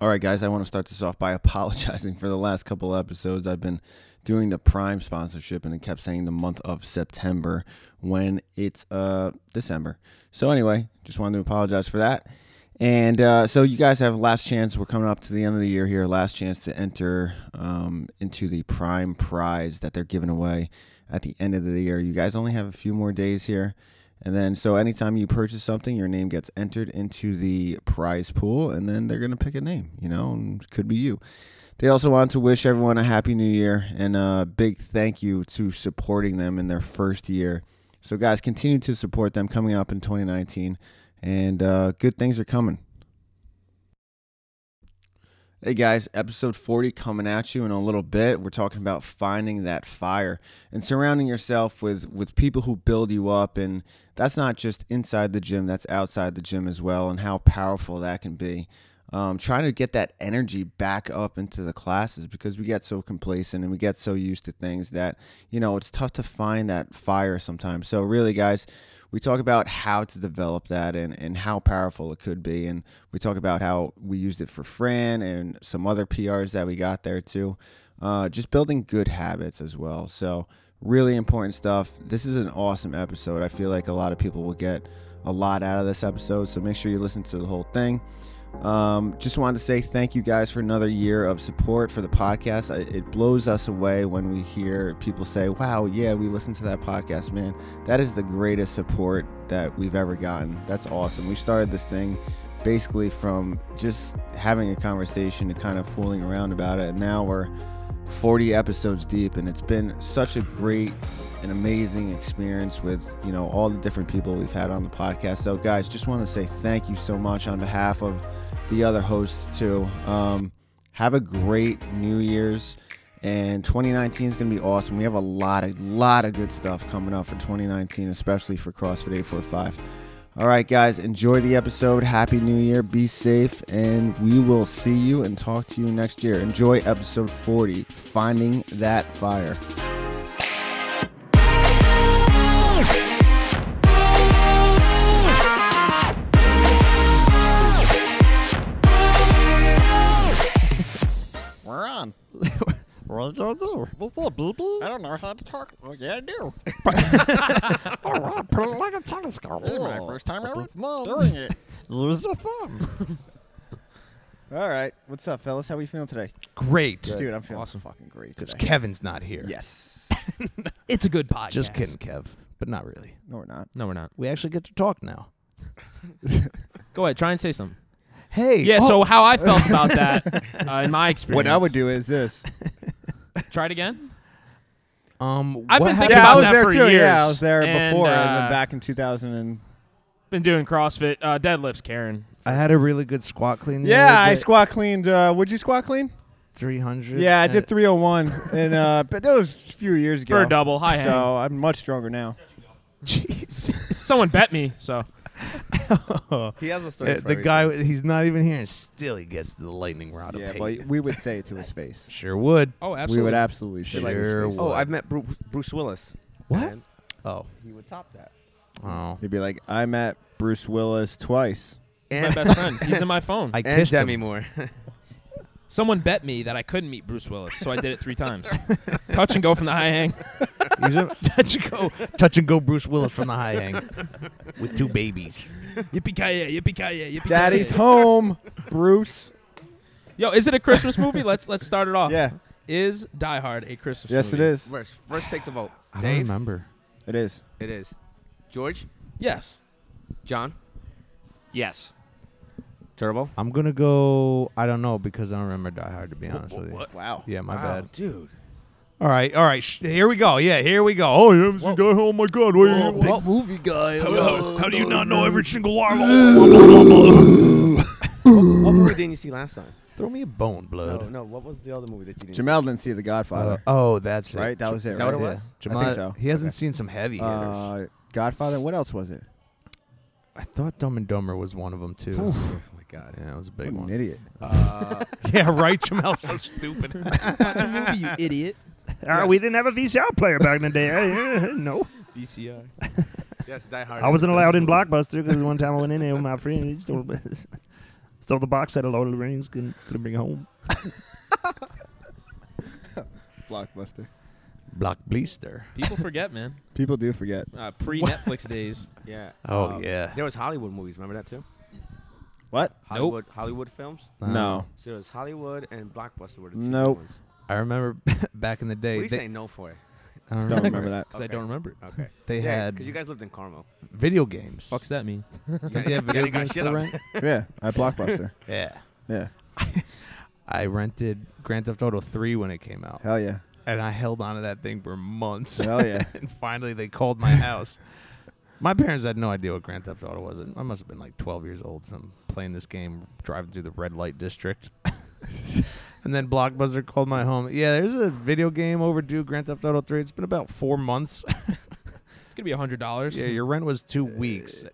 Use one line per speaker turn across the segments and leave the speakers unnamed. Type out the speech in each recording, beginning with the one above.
All right, guys, I want to start this off by apologizing for the last couple episodes. I've been doing the Prime sponsorship and it kept saying the month of September when it's uh December. So anyway, just wanted to apologize for that. And uh, so you guys have last chance. We're coming up to the end of the year here. Last chance to enter um, into the Prime prize that they're giving away at the end of the year. You guys only have a few more days here. And then, so anytime you purchase something, your name gets entered into the prize pool, and then they're going to pick a name, you know, and it could be you. They also want to wish everyone a happy new year and a big thank you to supporting them in their first year. So, guys, continue to support them coming up in 2019, and uh, good things are coming. Hey guys, episode 40 coming at you in a little bit. We're talking about finding that fire and surrounding yourself with with people who build you up and that's not just inside the gym, that's outside the gym as well and how powerful that can be. Um, trying to get that energy back up into the classes because we get so complacent and we get so used to things that you know it's tough to find that fire sometimes. So really guys, we talk about how to develop that and, and how powerful it could be. And we talk about how we used it for Fran and some other PRs that we got there too. Uh, just building good habits as well. So, really important stuff. This is an awesome episode. I feel like a lot of people will get a lot out of this episode. So, make sure you listen to the whole thing. Um, just wanted to say thank you guys for another year of support for the podcast. I, it blows us away when we hear people say, "Wow, yeah, we listened to that podcast, man. That is the greatest support that we've ever gotten. That's awesome. We started this thing basically from just having a conversation and kind of fooling around about it, and now we're 40 episodes deep, and it's been such a great an amazing experience with you know all the different people we've had on the podcast so guys just want to say thank you so much on behalf of the other hosts too um, have a great new year's and 2019 is going to be awesome we have a lot of lot of good stuff coming up for 2019 especially for crossfit 845 all right guys enjoy the episode happy new year be safe and we will see you and talk to you next year enjoy episode 40 finding that fire
We're on.
What do you do?
What's up, people?
I
I
don't know how to talk.
don't, yeah, I do.
All right, put it like a telescope.
This is my first time ever
It's mom.
doing it.
Use your thumb.
All right, what's up, fellas? How we feeling today,
Great.
dude? I'm feeling fucking great
Because
today.
Kevin's not here.
yes.
It's a good podcast.
Just kidding, Kev. But not really.
no, we're not.
No, we're not.
We actually get to talk now.
Go ahead. Try and say something.
Hey.
Yeah.
oh,
So how I felt about that uh, in my experience.
What I would do is this.
Try it again.
um,
I've
what happened-
been thinking
yeah, I
about
was
that
there
for
too. Yeah, I
years.
was there
And,
before, and
uh,
then back in 2000 and
Been doing CrossFit uh, deadlifts, Karen.
I had a really good squat clean. the
yeah,
other
I
day.
squat cleaned. Uh, would you squat clean?
300.
Yeah, I
and-
did 301, and uh, but that was a few years ago.
For a double, high hang.
So I'm much stronger now.
Jeez.
Someone bet me, so
He has a story.
Uh, the guy, he's not even here, and still he gets the lightning rod of
Yeah,
hate.
but we would say it to his face.
sure would.
oh,
We would absolutely say it to his
Sure
face.
would.
Oh, I've met Bruce, Bruce Willis.
What?
And
Oh.
he would top that.
Oh.
He'd be like, "I met Bruce Willis twice."
my
And,
best friend. He's in my phone.
I
and
kissed
Demi
him.
Moore.
Someone bet me that I couldn't meet Bruce Willis, so I did it three times. Touch and go from the high hang.
He's a- touch and go, touch and go. Bruce Willis from the high hang, with two babies.
Yippee ki yippee ki yippee.
Daddy's home, Bruce.
Yo, is it a Christmas movie? Let's let's start it off.
Yeah,
Is Die Hard a Christmas
yes, it
movie?
is.
First, first take the vote.
I don't
Dave,
remember.
It is.
it is. George,
Yes.
John,
Yes.
Turbo.
I'm gonna go. I don't know because I don't remember Die Hard to be honest with you.
Wow.
Yeah, my
Oh,
wow,
bad.
dude.
All right, all right. Sh- here we go. Yeah, here we go. Oh, you haven't seen Die Hard? Oh my God! What are you- what-
movie guy.
how, how do you not know every single line?
What movie didn't you see last time?
Throw me a bone,
No,
blood.
no. What was the other movie that you didn't?
Jamel didn't see The
Uh,
Godfather,
oh, that's it.
right? That was it.
that
right?
what it
Yeah.
was?
I think
Jamad-
so.
He hasn't seen some heavy hitters.
Uh, Godfather. What else was it?
I thought Dumb and Dumber was one of them too.
see? Oh my god.
Yeah, it was a
What
big
an
one.
idiot.
yeah, right. Jamel's so stupid.
you idiot.
we didn't have a VCR player back in the day. no,
BCI.
Yes, Die Hard.
I wasn't allowed in Blockbuster because one time I went in there with my friend. He stole, Stole the box set of Lord of the Rings. Couldn't, couldn't bring it home.
Blockbuster.
Block Bleaster.
People forget, man.
People do forget.
Uh, Pre Netflix days.
Yeah. Um,
Oh, yeah.
There was Hollywood movies. Remember that too?
What?
Hollywood Hollywood films.
Uh,
no.
So it was Hollywood and Blockbuster were the two
Nope.
big ones.
I remember back in the day.
What are you
they,
saying no for?
I don't
Don't
remember.
remember that.
Because I
Okay.
don't remember it.
Okay.
They had
because you guys lived in Carmel.
video games.
Fuck's that mean?
Yeah,
They had
yeah,
video
they got
games
shit
for
up.
rent?
Yeah, I Blockbuster.
Yeah.
Yeah,
I rented Grand Theft Auto 3 when it came out.
hell yeah,
And I held on to that thing for months.
hell yeah.
and finally they called my house. My parents had no idea what Grand Theft Auto was. I must have been like 12 years old. So I'm playing this game, driving through the red light district. and then Blockbuster called my home. Yeah, there's a video game overdue, Grand Theft Auto 3. It's been about four months.
It's going to be a $100.
yeah, your rent was two weeks.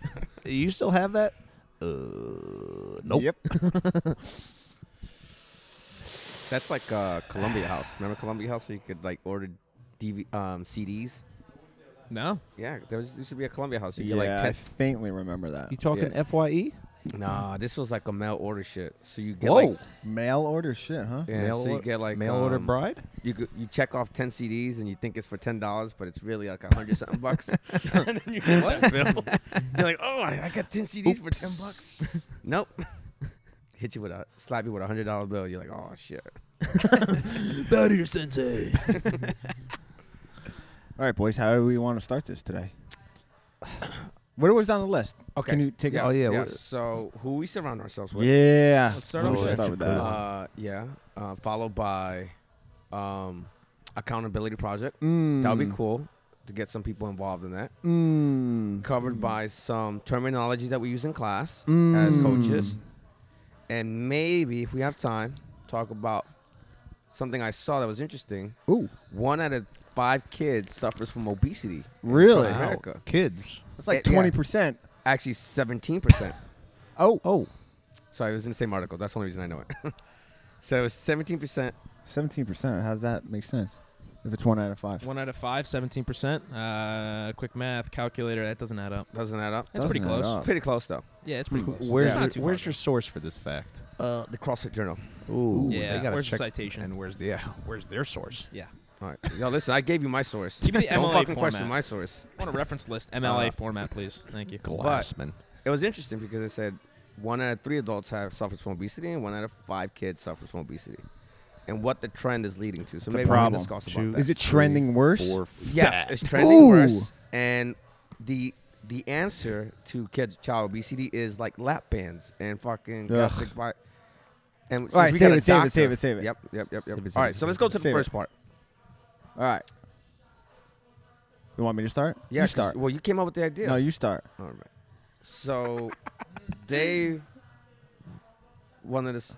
you still have that? Uh, nope.
Yep.
That's like uh, Columbia House. Remember Columbia House where you could like order DV- um, CDs?
No?
Yeah, there was used to be a Columbia House. You
yeah,
could like
I
test.
faintly remember that.
You talking E? FYE?
Nah, this was like a mail order shit. So you get
Whoa.
like
Mail order shit, huh?
yeah, so you get like
mail order
um,
bride?
You could, you check off ten CDs and you think it's for ten dollars, but it's really like a hundred something bucks. and then you get that bill. You're like, oh, I I got ten CDs for ten bucks. nope. Hit you with a slap you with a hundred dollar bill. You're like, oh shit.
Bow to your sensei.
All right, boys, how do we want to start this today? What was on the list? Can you take
Yes,
us?
Oh, yeah,
yes.
what-
So who we surround ourselves with?
Yeah.
Let's start off
We
with
should
that.
start with that.
Uh, yeah. Uh, followed by um, accountability project.
Mm,
That would be cool to get some people involved in that.
Mm,
Covered by some terminology that we use in class as
Mm.
coaches, and maybe if we have time, talk about something I saw that was interesting.
Ooh.
One out of five kids suffers from obesity.
Really?
Wow. America.
Kids.
That's like
Yeah.
twenty percent.
Actually, seventeen percent.
Oh,
Oh.
Sorry, it was in the same article. That's the only reason I know it. so it was seventeen percent.
17 percent. How does that make sense? If it's one out of five.
One out of five, 17%. Uh, quick math, calculator. That doesn't add up.
Doesn't add up.
That's pretty
Doesn't add
close.
up.
Pretty close though.
Yeah, it's
Hmm.
pretty close.
Where's
It's
your,
not too far
where's
though.
your source for this fact?
Uh, the CrossFit Journal.
Ooh,
Yeah,
They gotta
where's the
check-
citation?
And where's the yeah, where's their source?
Yeah.
All right, yo, listen, I gave you my source.
Give me the
Don't
MLA
fucking
format.
question my source.
I want a reference list, MLA
Uh,
format, please. Thank you.
Glassman.
It was interesting because it said one out of three adults have suffers from obesity, and one out of five kids suffers from obesity, and what the trend is leading to. So maybe
problem.
we can discuss
Two,
about that.
Is it trending worse?
Or
Yes, it's trending
Ooh.
worse, and the the answer to kids child obesity is like lap bands and fucking
Ugh.
gastric vi- And since
All right,
we
save
got a
it, save it,
doctor-
save it, save it.
Yep, yep, yep,
Save
yep.
it,
All
save it,
right, so let's go to the
save it.
first part.
All right. You want me to start?
Yeah,
you
'cause-
start.
Well, you came up with the idea.
No, you start.
All right. So, Dave, one of the. s-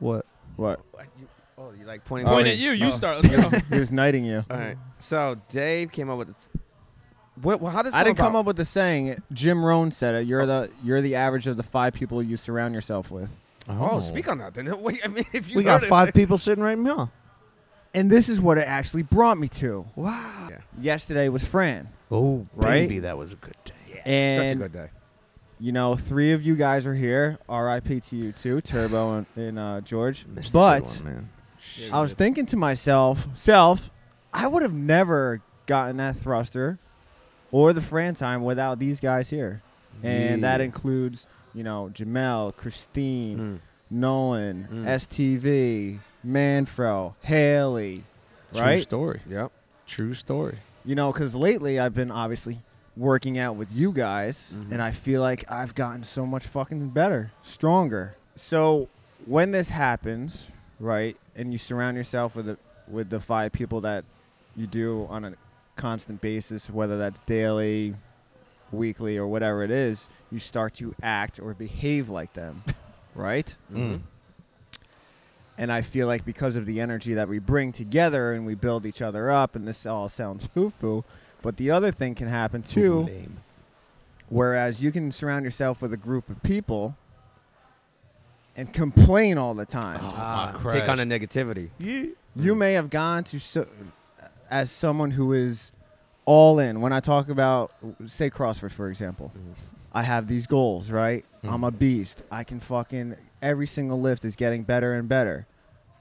what?
What?
you- Oh, you like pointing?
Point
Oh,
at you. You
oh.
start. Let's go.
He was knighting you.
All right. So Dave came up with. What? How does
I didn't come up with the saying. Jim Rohn said it. You're the you're the average of the five people you surround yourself with.
Oh, speak on that. Then wait. I mean, if you
We got
heard it-
five people sitting right now.
And this is what it actually brought me to.
Wow.
Yesterday was Fran,
Oh,
Right?
baby, that was a good day.
and
Such a good day.
you know, three of you guys are here. R.I.P. to you too, Turbo and, and uh, George. But
man.
I was thinking to myself, self, I would have never gotten that thruster or the Fran time without these guys here. And that includes, you know, Jamel, Christine,
Mm.
Nolan,
Mm.
STV, Manfro, Haley, right?
True story.
Yep.
True story.
You know, because lately I've been obviously working out with you guys, and I feel like I've gotten so much fucking better, stronger. So when this happens, right, and you surround yourself with the with the five people that you do on a constant basis, whether that's daily, weekly, or whatever it is, you start to act or behave like them, right?
Mm-hmm.
Mm.
Mm.
And I feel like because of the energy that we bring together and we build each other up, and this all sounds foo foo, but the other thing can happen too.
Name.
Whereas you can surround yourself with a group of people and complain all the time.
Ah,
my
take on the
Christ.
negativity.
You may have gone to so, as someone who is all in. When I talk about say CrossFit, for example, I have these goals, right? I'm a beast. I can fucking every single lift is getting better and better.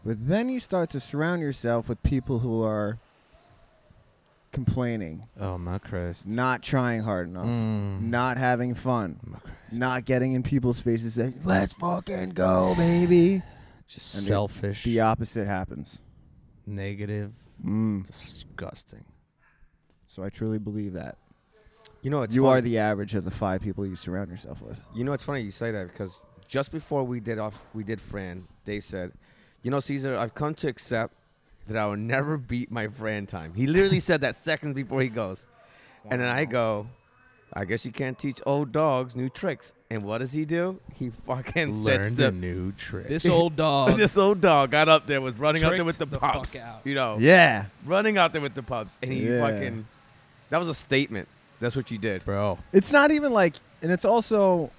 But then you start to surround yourself with people who are complaining,
Oh my Christ.
not trying hard enough,
Mm.
not having fun,
My Christ.
not getting in people's faces saying, "Let's fucking go, baby."
Just
And the-
selfish.
The opposite happens.
negative.
Mm.
Disgusting.
So I truly believe that
You know, it's
you
funny.
are the average of the five people you surround yourself with.
You know, it's funny you say that because just before we did off, we did Fran. Dave said, "You know, Caesar, I've come to accept that I will never beat my Fran time." He literally said that seconds before he goes, and then I go, "I guess you can't teach old dogs new tricks." And what does he do? He fucking sets
Learned a
the
new trick.
This old dog.
this old dog got up there, was running out there
Tricked
with the,
the fuck
pups,
out.
you know,
Yeah.
running out there with the pups, and he
Yeah.
fucking. That was a statement. That's what you did,
bro.
It's not even like, and it's also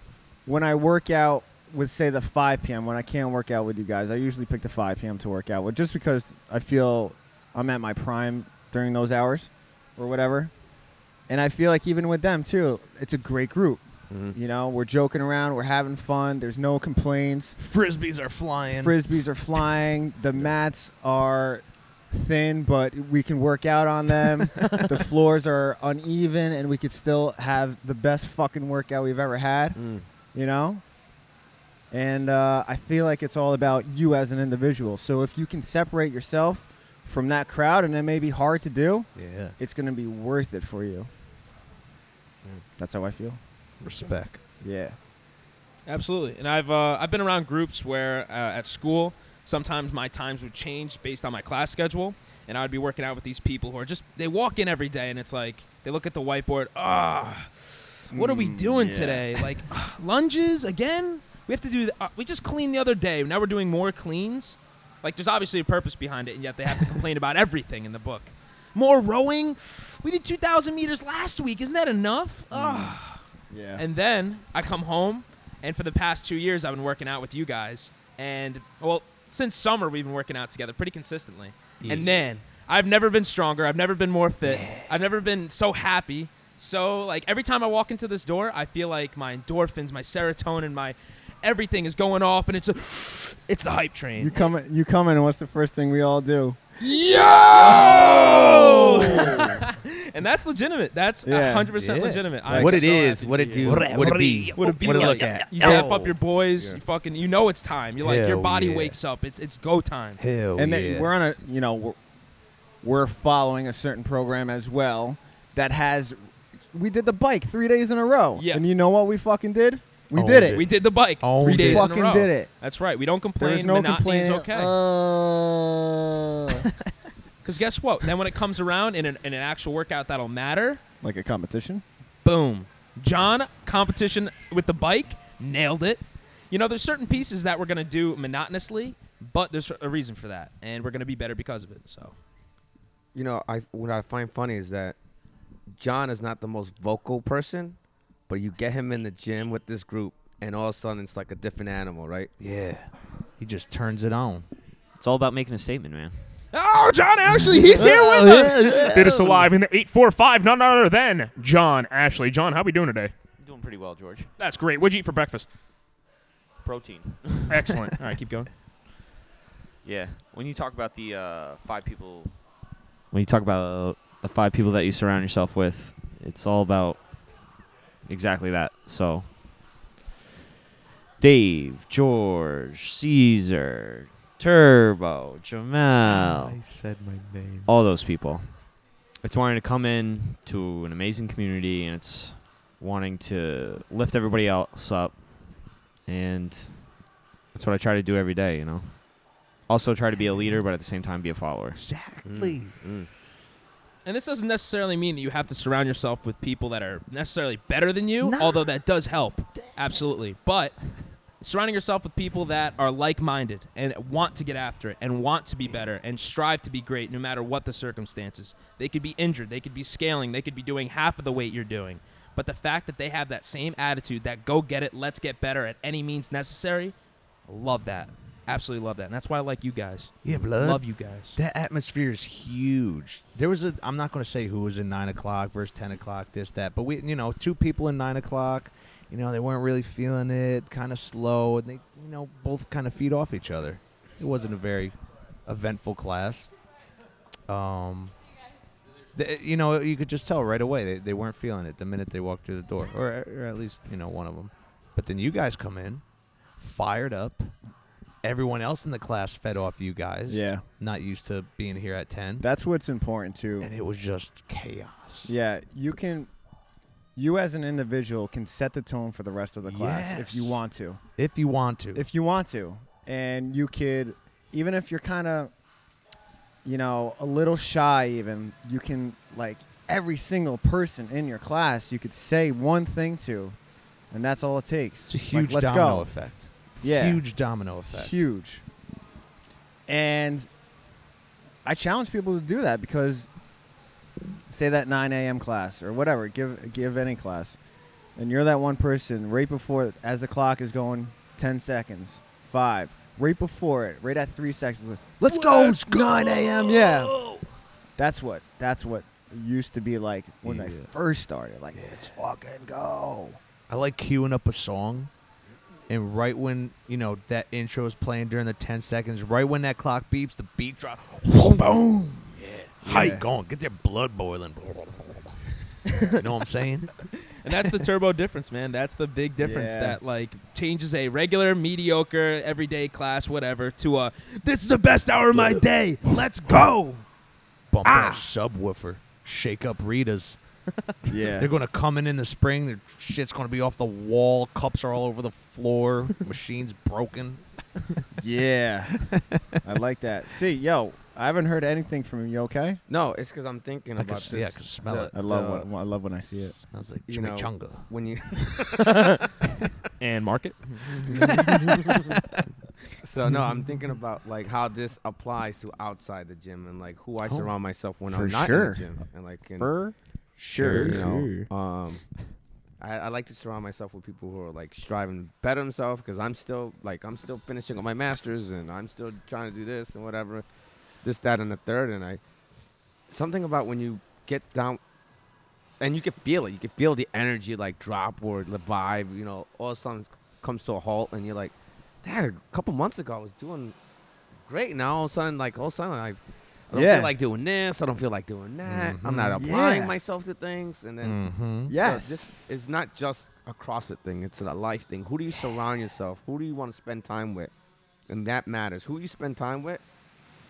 when I work out with say the 5 p.m. When I can't work out with you guys, I usually pick the 5 p.m. to work out with, just because I feel I'm at my prime during those hours, or whatever. And I feel like even with them too, it's a great group. You know, we're joking around, we're having fun. There's no complaints.
Frisbees are flying.
Frisbees are flying. The mats are thin, but we can work out on them. the floors are uneven, and we could still have the best fucking workout we've ever had.
Mm.
You know. And uh, I feel like it's all about you as an individual. So if you can separate yourself from that crowd, and it may be hard to do,
yeah.
it's going to be worth it for you. That's how I feel.
Respect.
Yeah.
Absolutely. And I've uh, I've been around groups where uh, at school sometimes my times would change based on my class schedule, and I would be working out with these people who are just they walk in every day and it's like they look at the whiteboard, ah, what are we doing today? Like ah, lunges again? We have to do. The, uh, we just cleaned the other day. Now we're doing more cleans. Like there's obviously a purpose behind it, and yet they have to complain about everything in the book. More rowing. We did 2,000 meters last week. Isn't that enough? Ah.
Yeah.
And then I come home, and for the past two years, I've been working out with you guys. And, well, since summer, we've been working out together pretty consistently. And man, I've never been stronger. I've never been more fit. I've never been so happy. So, like, every time I walk into this door, I feel like my endorphins, my serotonin, my everything is going off, and it's a, it's the hype train.
you come. You come in, and what's the first thing we all do?
and that's legitimate. That's
Yeah.
100%
Yeah.
legitimate.
Like,
I'm
what
so
it is,
happy to
what it
be
do,
here.
what
what
it
it
be,
What it be
What it
like.
look at.
You
Yo.
amp up your boys. You fucking, you know it's time. You're like, your
Hell
body
yeah.
wakes up. It's it's go time.
Hell
and
Oh, yeah.
then we're on a you know we're, we're following a certain program as well that has we did the bike three days in a row
Yeah.
and you know what we fucking did we
Owned
did
it.
it
We did the bike
Oh,
three
we
days
fucking
in a row.
did it.
That's right. We don't complain.
there was no
Monotony is
complaining
okay.
uh,
Because guess what? Then when it comes around in an, in an actual workout that'll matter,
like a competition
boom. John, competition with the bike, nailed it. You know, there's certain pieces that we're going to do monotonously, but there's a reason for that. And we're going to be better because of it. So,
you know, I what I find funny is that John is not the most vocal person, but you get him in the gym with this group, and all of a sudden it's like a different animal, right?
yeah. He just turns it on.
It's all about making a statement, man.
oh, John Ashley, he's here with us.
Bit us alive in the 845, none other than John Ashley. John, how we doing today?
Doing pretty well, George.
That's great. What'd you eat for breakfast?
Protein.
Excellent.
All right, keep going.
Yeah. When you talk about the uh, five people, when you talk about uh, the five people that you surround yourself with, it's all about exactly that. So, Dave, George, Caesar, Turbo,
Oh.
Jamal,
said my name.
all those people. It's wanting to come in to an amazing community, and it's wanting to lift everybody else up, and that's what I try to do every day. You know, also try to be a leader, but at the same time be a follower.
Exactly.
Mm.
And this doesn't necessarily mean that you have to surround yourself with people that are necessarily better than you, although that does help. Absolutely. But surrounding yourself with people that are like minded and want to get after it and want to be better and strive to be great no matter what the circumstances. They could be injured, they could be scaling, they could be doing half of the weight you're doing. But the fact that they have that same attitude, that go get it, let's get better at any means necessary, love that. Absolutely love that. And that's why I like you guys.
Yeah, blood.
Love you guys.
That atmosphere is huge. There was a. I'm not going to say who was in nine o'clock versus ten o'clock. This that, but we, you know, two people in nine o'clock. you know, they weren't really feeling it, kind of slow, and they, you know, both kind of feed off each other. It wasn't a very eventful class. Um, th- you know, you could just tell right away they, they weren't feeling it the minute they walked through the door, or, or at least, you know, one of them. But then you guys come in, fired up. Everyone else in the class fed off you guys.
Yeah.
Not used to being here at 10.
That's what's important too.
and it was just chaos.
Yeah, you can. You as an individual can set the tone for the rest of the class if you
Yes.
want to.
If you want to.
If you want to, and you could, even if you're kind of, you know, a little shy, even you can like every single person in your class, you could say one thing to, and that's all it takes.
it's a
Like,
huge
let's
domino
go.
effect.
Yeah,
Huge domino effect.
huge. And I challenge people to do that because, say that 9 a.m. class or whatever, give give any class, and you're that one person right before as the clock is going 10 seconds, five, right before it, right at three seconds. Let's, go, it's 9 a.m. Yeah, that's what that's what it used to be like when I
Yeah.
first started. Like let's fucking go.
I like queuing up a song, and right when you know that intro is playing during the ten seconds, right when that clock beeps, the beat drop, boom, yeah, how you
Yeah.
going? Get their blood boiling. you know what I'm saying?
And that's the turbo difference, man. That's the big difference
Yeah.
that like changes a regular mediocre everyday class whatever to a this is the best hour of my day. Let's go.
Bump out
Ah.
subwoofer, shake up Rita's.
Yeah,
They're gonna come in in the spring. Their shit's gonna be off the wall. Cups are all over the floor. Machine's broken.
yeah. I like that. See, yo, I haven't heard anything from you. You Okay.
No, it's because I'm thinking
I
about
could,
this.
yeah, I could smell
the-
it.
I love
the-
when, I love when I see it.
Smells like
you know-
chimichanga.
when you
And market.
so no i'm thinking about like how this applies to outside the gym and like who i surround myself when
Oh, for
i'm not in
sure.
the gym and like can,
For sure.
you know um I, I like to surround myself with people who are like striving to better themselves because i'm still like i'm still finishing up my masters and i'm still trying to do this and whatever this that and the third and i something about when you get down and you can feel it you can feel the energy like drop or the vibe you know all of a sudden comes to a halt and you're like that a couple months ago i was doing great now all of a sudden like all of a sudden i, I
Yeah.
don't
Mm-hmm.
feel like doing this i don't feel like doing that i'm not applying
Yeah.
myself to things and then
Mm-hmm.
Mm.
so
Yes.
this is not just a CrossFit thing; it's a life thing. Who do you surround yourself? Who do you want to spend time with? And that matters. Who you spend time with,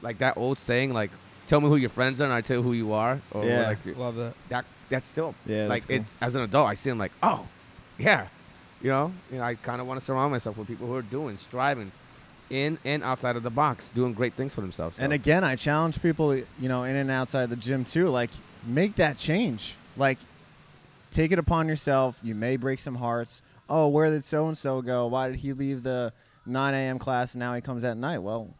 like that old saying, like "Tell me who your friends are, and I tell you who you are." Or
Yeah.
like
Love that.
that. That's still
Yeah, that's
like
cool.
it, as an adult, I see him like, oh, yeah, you know. You know, I kind of want to surround myself with people who are doing, striving, in and outside of the box, doing great things for themselves.
and
So,
again, I challenge people, you know, in and outside the gym too. Like, make that change. Like, take it upon yourself. You may break some hearts. Oh, where did so and so go? Why did he leave the 9 a.m. class and now he comes at night? Well,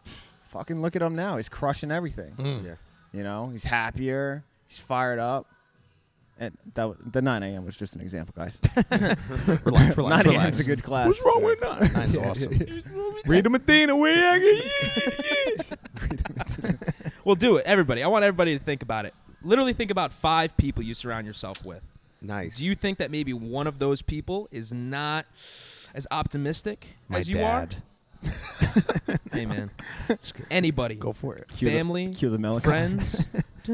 fucking look at him now. He's crushing everything.
yeah,
You know, he's happier. He's fired up. And that w- the 9 a.m. was just an example, guys.
Relax,
9 a.m. is a good class.
What's wrong with that? That's awesome. Rita Medina, we
Well, do it, everybody. I want everybody to think about it. Literally think about five people you surround yourself with.
nice.
Do you think that maybe one of those people is not as optimistic
My
as you
dad.
are? Hey, man. Anybody.
Go for it.
the-
family.
Cue the melody.
friends.
He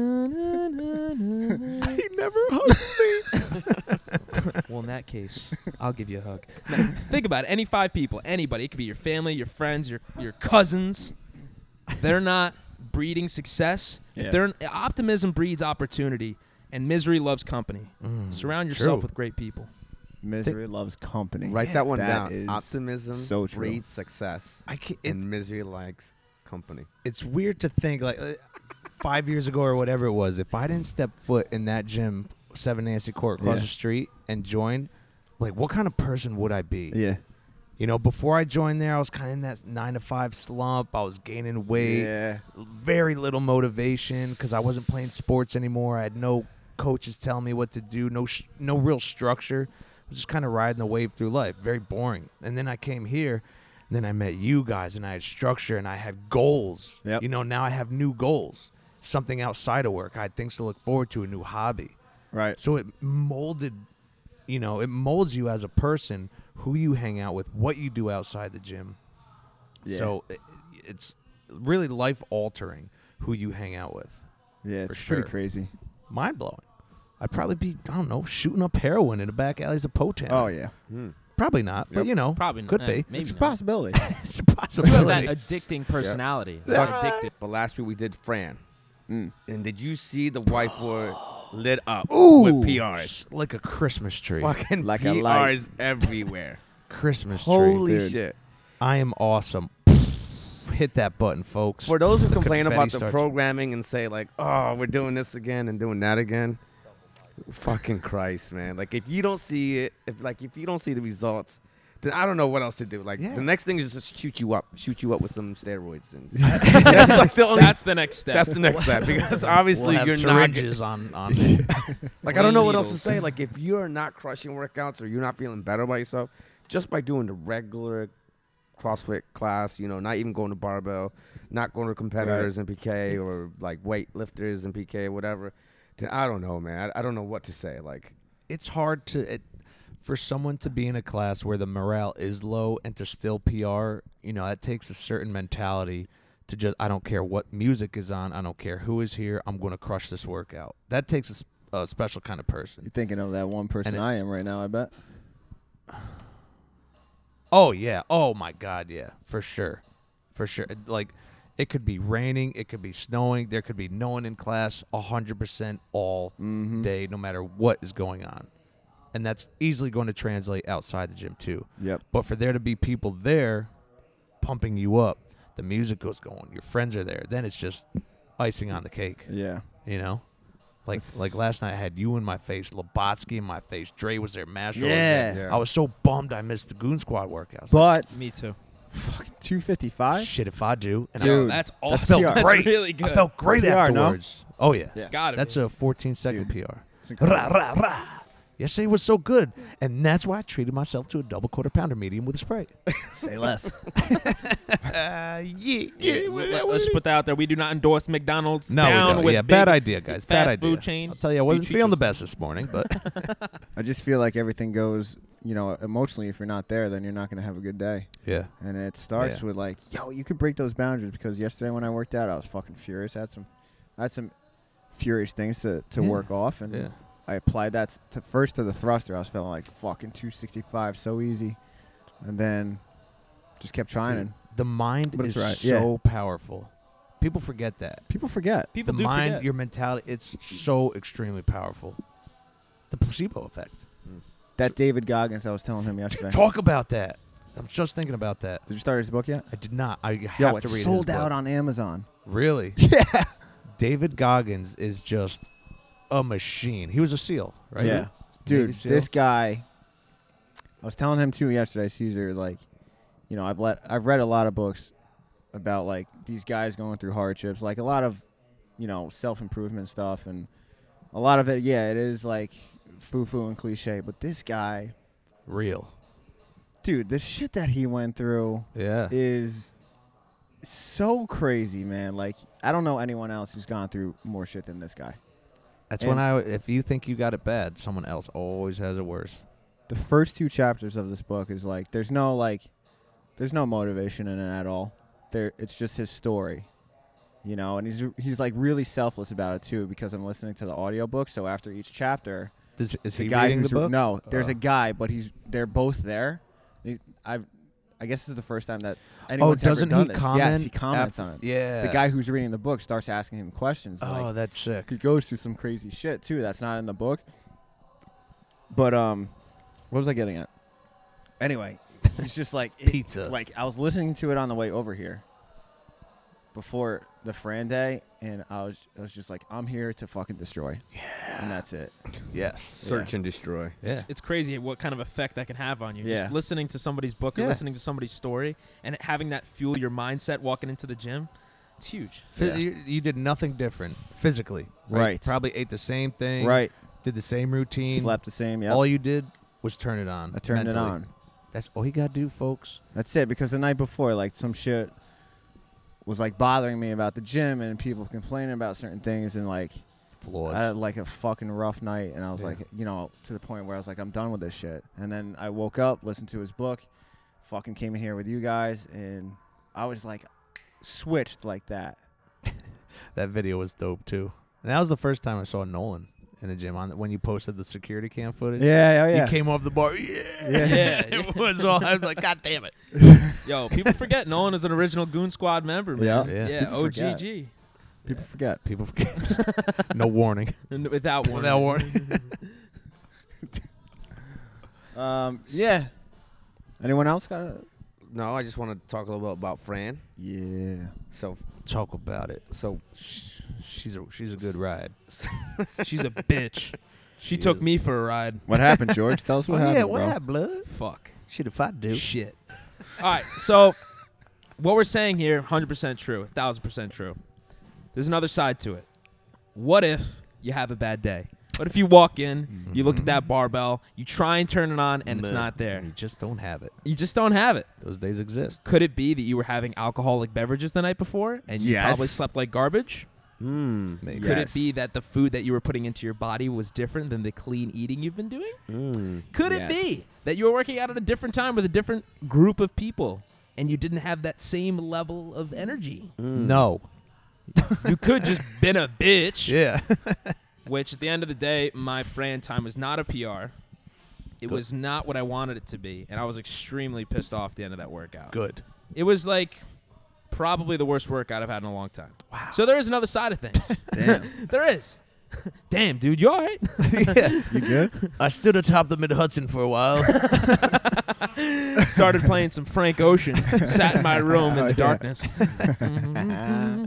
never hugs me.
Well, in that case, I'll give you a hug. No, think about it. Any five people, anybody. It could be your family, your friends, your your cousins. They're not breeding success.
Yeah.
They're optimism breeds opportunity, and misery loves company.
Mm.
Surround
Mm-hmm.
yourself
true.
with great people.
Misery loves company.
Write that one
That
down.
is
Optimism
so true.
breeds success.
I can't, it,
and misery likes company.
it's weird to think like uh, five years ago or whatever it was. If I didn't step foot in that gym, Seven Nancy Court across
Yeah.
the street, and joined, like, what kind of person would I be?
Yeah.
You know, before I joined there, I was kind of in that nine to five slump. I was gaining weight.
Yeah.
very little motivation because I wasn't playing sports anymore. I had no coaches telling me what to do, no sh- no real structure. I was just kind of riding the wave through life, very boring. And then I came here, and then I met you guys, and I had structure and I had goals.
Yep.
You know, now I have new goals, something outside of work. I had things to look forward to, a new hobby.
Right.
So it molded, you know, it molds you as a person, who you hang out with, what you do outside the gym.
Yeah.
So it, it's really life altering who you hang out with.
Yeah,
For
it's
sure.
pretty crazy.
Mind blowing. I'd probably be, I don't know, shooting up heroin in the back alleys of Potown.
Oh yeah,
Probably not, but you know,
Probably not.
could
Eh,
be.
Maybe
it's a
not.
possibility.
It's a
It's that
possibility.
addicting personality. It's addictive.
But last week we did Fran. And did you see the whiteboard lit up with PRs?
like a Christmas tree.
Fucking
Like a light.
PRs everywhere.
Christmas tree.
Holy
dude.
shit.
I am awesome. Hit that button, folks.
For those who
The
complain
confetti
about the
starts-
programming and say like, "Oh, we're doing this again and doing that again," fucking Christ, man! Like if you don't see it, if like if you don't see the results, then I don't know what else to do. Like
Yeah.
the next thing is just shoot you up, shoot you up with some steroids, and that's like the only.
That's the next step.
That's the next step because obviously
We'll have
you're not.
syringes on, on it.
Like I don't know what else to say. Like if you're not crushing workouts or you're not feeling better by yourself, just by doing the regular CrossFit class, you know, not even going to barbell, not going to competitors in PK or like weightlifters in PK or whatever, then I don't know, man. I, I don't know what to say. Like
it's hard to it, for someone to be in a class where the morale is low and to still PR. You know, that takes a certain mentality to just I don't care what music is on, I don't care who is here, I'm going to crush this workout. That takes a, s- a special kind of person.
You're thinking of that one person
it-
I am right now. I bet.
Oh yeah. Oh my god, yeah. For sure. For sure. It- Like it could be raining, it could be snowing, there could be no one in class 100% all
Mm-hmm.
day no matter what is going on. And that's easily going to translate outside the gym too.
Yep.
But for there to be people there pumping you up, the music goes going, your friends are there, then it's just icing on the cake,
Yeah.
you know? Like like last night I had you in my face, Lobotsky in my face, Dre was there, Mashal was there.
Yeah.
I was so bummed I missed the Goon Squad workouts.
But
Me too.
two fifty five.
Shit, if I do, and
Dude,
I,
That's
that
awesome.
felt
PR.
That's
great.
really good.
I felt great
PR, no?
afterwards. Oh yeah,
Yeah.
Got it.
that's a 14 second PR.
incredible.
Rah rah rah. Yesterday was so good, and that's why I treated myself to a double quarter pounder medium with a spray.
Say less.
Uh, yeah,
Let, us put that out there. We do not endorse McDonald's.
No,
down
we don't.
with
yeah,
big
bad idea, guys. Bad
fast
idea.
food chain.
I'll tell you, I wasn't
treat
feeling the best this morning, but
I just feel like everything goes. You know, emotionally, if you're not there, then you're not going to have a good day.
yeah,
And it starts
Yeah.
with like, yo, you could break those boundaries because yesterday when I worked out, I was fucking furious. I had some, I had some furious things to, to
Yeah.
work off, and
yeah.
I applied that to first to the thruster. I was feeling like fucking 265, so easy, and then just kept trying.
Dude.
And
The mind
But
is
it's right,
so powerful. People forget that.
people forget.
People
the
do
mind,
forget.
your mentality, it's so extremely powerful. The placebo effect.
That David Goggins I was telling him yesterday.
Talk about that. I'm just thinking about that.
Did you start his book yet?
I did not. I have
Yo,
to
it's
read
sold
his book.
out on Amazon.
Really? Yeah. David Goggins is just a machine. He was a SEAL, right?
Yeah.
Navy
Dude,
SEAL.
this guese I was telling him too yesterday, Caesar. Like, you know, I've let I've read a lot of books about like these guys going through hardships, like a lot of, you know, self improvement stuff, and a lot of it. Yeah, it is like foo foo and cliche, but this guy,
real.
dude, the shit that he went through
Yeah.
is so crazy, man. Like, I don't know anyone else who's gone through more shit than this guy.
That's when I. If you think you got it bad, someone else always has it worse.
the first two chapters of this book is like there's no like there's no motivation in it at all. There it's just his story. You know, and he's he's like really selfless about it too because I'm listening to the audiobook, so after each chapter,
Does, is
the
he
guy
reading
who's
the book?
no, there's
Oh.
a guy, but he's they're both there. He's, I've I guess this is the first time that
Oh,
anyone's
doesn't
ever done
he
this.
comment?
Yes, he comments
after-
on it.
Yeah.
The guy who's reading the book starts asking him questions like
Oh, that's sick.
he goes through some crazy shit too that's not in the book but um what was i getting at anyway he's just like it-
Pizza.
like i was listening to it on the way over here before the fran day and i was i was just like i'm here to fucking destroy yeah and that's it
Yes.
search and destroy.
Yeah.
It's crazy what kind of effect that can have on you.
Yeah.
Just listening to somebody's book or
Yeah.
listening to somebody's story and having that fuel your mindset walking into the gym. It's huge.
Phy-
Yeah.
you, you did nothing different physically.
Right.
Probably ate the same thing.
right
Did the same routine.
slept the same yeah
All you did was turn it on.
i turned
mentally.
it on
That's all you gotta do, folks.
That's it. Because the night before, like some shit was like bothering me about the gym and people complaining about certain things, and like
flaws.
I had like a fucking rough night, and I was like, you know, to the point where I was like, I'm done with this shit. And then I woke up, listened to his book, fucking came in here with you guys, and I was like, switched like that.
that video was dope too. And that was the first time I saw Nolan in the gym on the, when you posted the security cam footage.
Yeah, oh
You came off the bar. Yeah.
Yeah.
it was all. I was like, God damn it.
Yo, people forget Nolan is an original Goon Squad member, man.
Yeah. Yeah.
yeah
People forget.
OGG.
People forget.
People forget. no warning.
And Without one.
Without warning.
Um, yeah. Anyone else got a
No, I just want to talk a little bit about Fran.
Yeah.
So,
Talk about it.
so
She's a she's a good ride.
She's a bitch. She,
She
took
is.
me for a ride.
What happened, George? Tell us
Oh,
Oh, what happened, bro.
blood?
Fuck.
Shit, if I do.
Shit. All right. So, what we're saying here, 100% true, 1000% true. There's another side to it. What if you have a bad day? What if you walk in, you look at that barbell, you try and turn it on, and it's not there?
You just don't have it.
You just don't have it.
Those days exist.
Could it be that you were having alcoholic beverages the night before and you
Yes.
probably slept like garbage?
Maybe.
Could it be that the food that you were putting into your body was different than the clean eating you've been doing? Could it
Yes.
be that you were working out at a different time with a different group of people and you didn't have that same level of energy?
Mm.
No.
you could just been a bitch.
Yeah.
Which at the end of the day, my Fran time was not a PR. It was not what I wanted it to be, and I was extremely pissed off at the end of that workout.
good.
It was like probably the worst workout I've had in a long time. Wow. So there is another side of things.
Damn.
there is. Damn, dude, you all right?
you good?
I stood atop the Mid Hudson for a while.
started playing some Frank Ocean, sat in my room in
Oh,
the
yeah.
darkness.
yeah,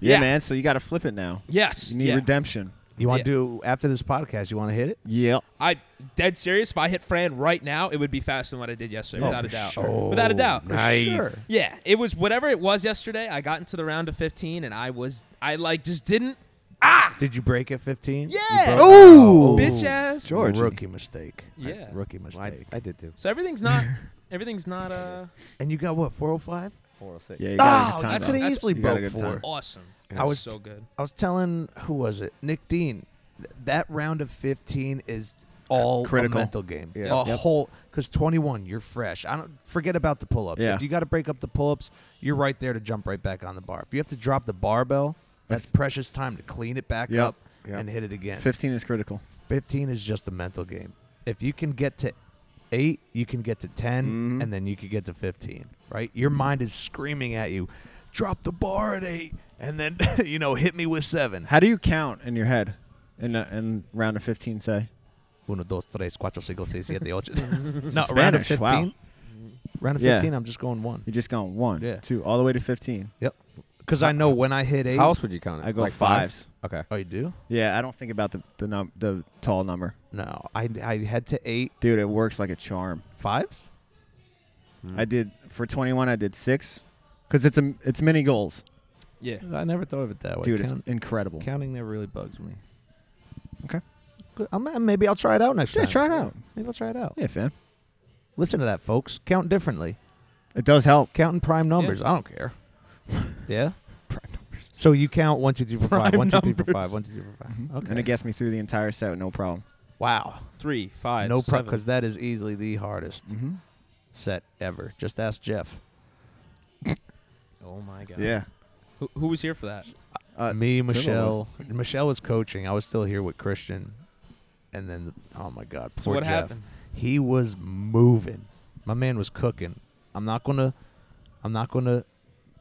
Yeah.
man. So you got to flip it now.
Yes.
You need
yeah.
redemption.
you want
Yeah.
to do after this podcast? You want to hit it?
Yeah.
I dead serious. If I hit Fran right now, it would be faster than what I did yesterday,
Oh,
without a doubt.
sure.
Without a doubt.
Nice. sure.
Yeah, it was whatever it was yesterday. I got into the round of 15, and I was I like just didn't
Did you break at 15? Yeah.
Ooh.
bitch ass.
Georgie.
Rookie mistake.
Yeah.
Rookie
well, I,
mistake.
I did too.
So everything's not everything's not uh
and you got what? 405?
Yeah, you got a
Oh,
good time,
that's
though.
what he
That's-
easily
you got a
broke
good time.
for.
awesome.
I was
so good.
I was telling who was it? Nick Dean. Th- that round of 15 is all
Critical.
a mental game.
Yeah.
A whole cuz 21 you're fresh. I don't forget about the pull-ups.
Yeah.
If you got to break up the pull-ups, you're right there to jump right back on the bar. If you have to drop the barbell, that's precious time to clean it back
Yep.
up
Yep.
and hit it again.
Fifteen is critical.
15 is just a mental game. If you can get to 8, you can get to 10
Mm-hmm.
and then you could get to 15, right? Your mind is screaming at you, drop the bar at 8 and then you know, hit me with 7.
How do you count in your head? In uh, in round of fifteen, say.
Uno, dos, tres, cuatro, cinco, seis, siete, ocho. no, round of
Spanish,
15.
wow.
Round of
Yeah.
15, I'm just going one.
You're just going one,
Yeah.
two, all the way to fifteen.
Yep. Because I know when I hit 8.
How else would you count it?
I go
like
fives.
Okay.
oh, you do?
Yeah, I don't think about the the num- the tall number,
No. I, I head to 8
dude. It works like a charm.
fives?
I did for 21. I did six, because it's a it's mini goals,
Yeah.
I never thought of it that way.
dude.
Count-
it's incredible.
Counting never really bugs me.
Okay.
Good. I'm, uh, maybe I'll try it out next
Yeah,
time.
try it out.
Maybe I'll try it out.
Yeah, fam.
Listen to that, folks. Count differently.
It does help.
Counting prime numbers. I don't care. yeah. Prime numbers. So you count one, two, three, four, five.
Prime
One, two, three, four,
numbers.
five. One, two, three, four, five. Mm-hmm. Okay.
And it gets me through the entire set, no problem.
wow.
Three, five,
no problem,
seven.
because that is easily the hardest
Mhm.
set ever. Just ask Jeff.
Oh my god.
Yeah.
Who, who was here for that?
Uh,
Me,
was.
Michelle. Michelle was coaching. I was still here with Christian. And then, oh my God, poor
So what
Jeff.
happened?
He was moving. My man was cooking. I'm not gonna, I'm not gonna,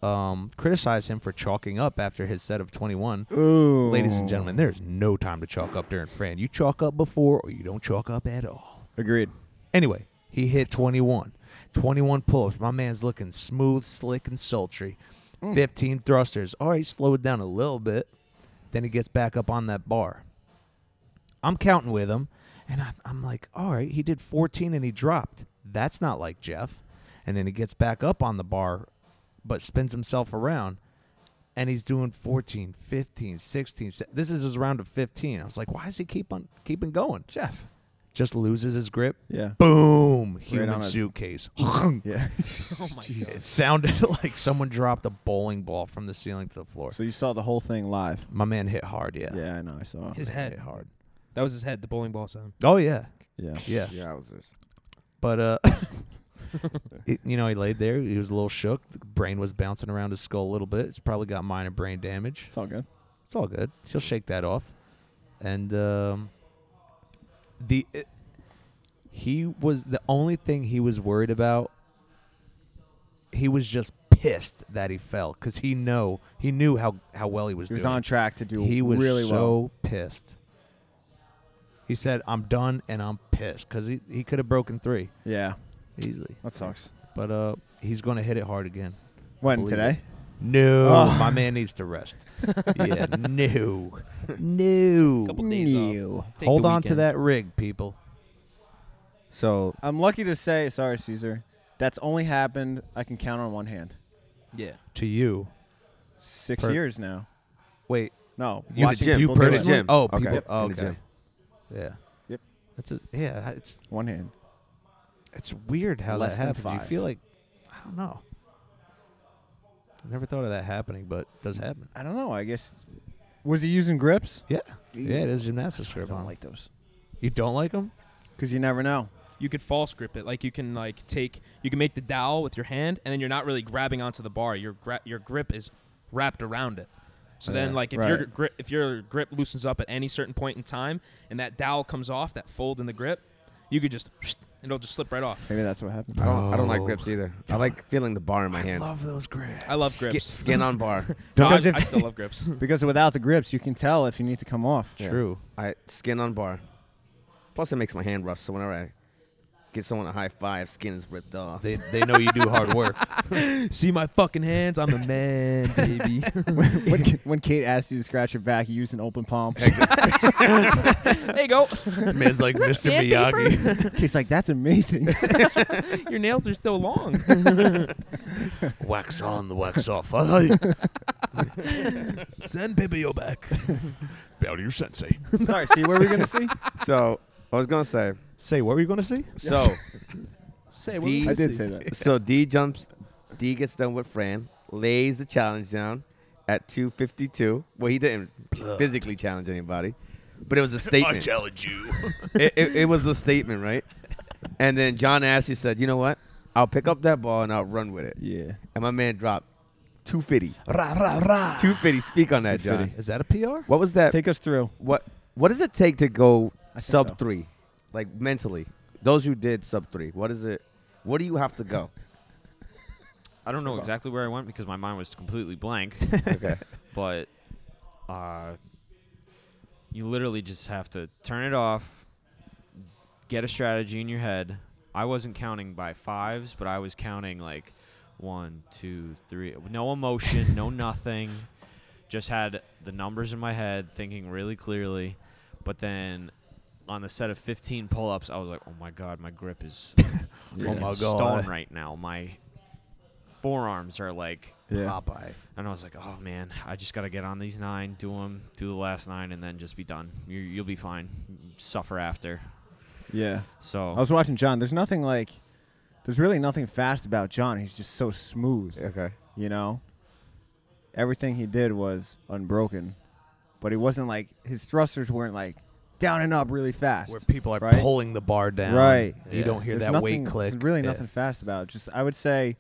um, criticize him for chalking up after his set of 21.
Ooh.
Ladies and gentlemen, there's no time to chalk up during Fran. You chalk up before, or you don't chalk up at all.
Agreed.
Anyway, he hit 21. 21 pull ups. My man's looking smooth, slick, and sultry. 15 thrusters. All right, slow it down a little bit. Then he gets back up on that bar. I'm counting with him, and I, I'm like, all right, he did 14 and he dropped. That's not like Jeff. And then he gets back up on the bar, but spins himself around, and he's doing 14, 15, 16. se- This is his round of 15. I was like, why does he keep on keeping going? Jeff. just loses his grip.
Yeah.
Boom! Human
on a-
suitcase.
Yeah.
Oh my
it sounded like someone dropped a bowling ball from the ceiling to the floor.
so you saw the whole thing live.
My man hit hard. Yeah.
Yeah, I know. I saw.
god. His
Hit
head.
hard.
That was his head. The bowling ball sound.
Oh yeah.
Yeah.
Yeah.
Yowzers.
But uh, it- you know, he laid there. He was a little shook. The brain was bouncing around his skull a little bit. It's probably got minor brain damage.
It's all good.
It's all good. She'll shake that off. And um, the it, he was the only thing he was worried about. He was just pissed that he fell because he know he knew how how well he was
He was
doing.
on track to do
he was
really
so
well.
pissed. He said, "I'm done and I'm pissed" because he he could have broken three
Yeah.
easily.
That sucks.
But uh, he's going to hit it hard again.
When
Believe
today?
No,
Oh.
my man needs to rest. yeah, no, no.
Couple days off. Take
Hold
the
on to
weekend.
that rig, people.
So
I'm lucky to say, sorry, Caesar. That's only happened. I can count on one hand.
Yeah.
To you.
Six
Per-
years now.
Wait,
No.
You
watching
the gym.
you
people do it.
In the
personally?
gym.
Oh,
Okay.
people.
Yep.
oh,
In the
okay.
gym.
Yeah.
Yep.
That's a, yeah. It's
One hand.
it's weird how
Less
that
than
happened. You
five.
feel like I don't know. Never thought of that happening, but it does happen.
I don't know. I guess. Was he using grips?
Yeah. Yeah, it is gymnastics grip on. Like
those.
you don't like them?
Because you never know.
You could false grip it. Like you can like take. You can make the dowel with your hand, and then you're not really grabbing onto the bar. Your gra- your grip is wrapped around it. So then,
Yeah,
like if
right.
your grip if your grip loosens up at any certain point in time, and that dowel comes off, that fold in the grip, you could just it'll just slip right off.
Maybe that's what happened.
I don't, I don't like
Oh.
grips either. I like feeling the bar in my hand.
Love those grips.
I love
Ski-
grips.
Skin on bar.
No, I,
Because if-
I still love grips.
Because without the grips, you can tell if you need to come off.
Yeah.
True.
I skin on bar. Plus, it makes my hand rough. So whenever I give someone a high five, skin is ripped off.
They they know you do hard work.
See my fucking hands. I'm a man, baby.
when, when Kate asks you to scratch your back, you use an open palm.
there you go.
Man's like Mr. Miyagi.
Kate's like, that's amazing.
Your nails are still long.
wax on, the wax off. Bow
Send Pippa your back.
to your sensei.
sorry, see where we're going to see?
so I was gonna say.
Say, what were you going to see?
So
Say
what we
I did say that.
so D jumps. D gets done with Fran. Lays the challenge down at 2:52. Well, he didn't physically challenge anybody, but it was a statement.
challenge you.
it, it, it was a statement, right? And then John Ashley said, "You know what? I'll pick up that ball and I'll run with it."
Yeah.
And my man dropped 250.
ra, ra, ra.
250. Speak on that, John.
Is that a PR?
What was that?
Take us through.
what What does it take to go
think
sub
so.
three, like mentally? Those who did sub three, what is it? What do you have to go?
I don't know exactly where I went because my mind was completely blank,
Okay.
but uh, you literally just have to turn it off, get a strategy in your head. I wasn't counting by fives, but I was counting like one, two, three. No emotion, no nothing. Just had the numbers in my head, thinking really clearly. But then on the set of 15 pull ups, I was like, oh my God, my grip is
Oh my
freaking
God.
stone right now. My forearms are like
Yeah.
Popeye.
and I was like, oh man, I just gotta get on these nine, do them, do the last nine, and then just be done. you you'll be fine. Suffer after.
Yeah.
So
I was watching John. There's nothing like, there's really nothing fast about John. He's just so smooth,
Okay.
you know? Everything he did was unbroken, but he wasn't like, his thrusters weren't like down and up really fast.
Where people are
Right?
pulling the bar down.
Right.
You
Yeah.
don't hear
There's
that
nothing,
weight click.
There's really
Yeah.
nothing fast about it. Just, I would say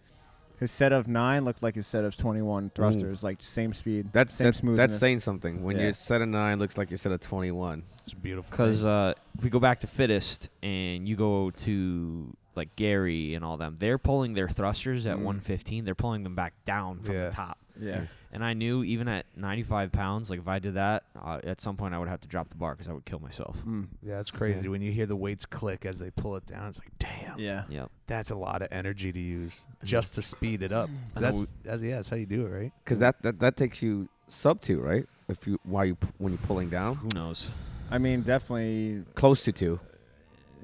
his set of nine looked like his set of 21 thrusters, like same speed,
That's
same
that's,
smoothness.
that's saying something. When
Yeah.
your set of nine looks like your set of 21.
It's beautiful.
because uh, if we go back to fittest and you go to like Gary and all them, they're pulling their thrusters at 115. They're pulling them back down from
Yeah.
the top.
Yeah.
And I knew even at 95 pounds, like if I did that, uh, at some point I would have to drop the bar because I would kill myself.
Mm.
yeah, it's crazy. When you hear the weights click as they pull it down, it's like, damn,
Yeah.
Yep.
that's a lot of energy to use just to speed it up. That's, that's yeah, that's how you do it, right?
Because that, that that takes you sub two, right? If you while you when you're pulling down
Who knows?
I mean, definitely,
close to two.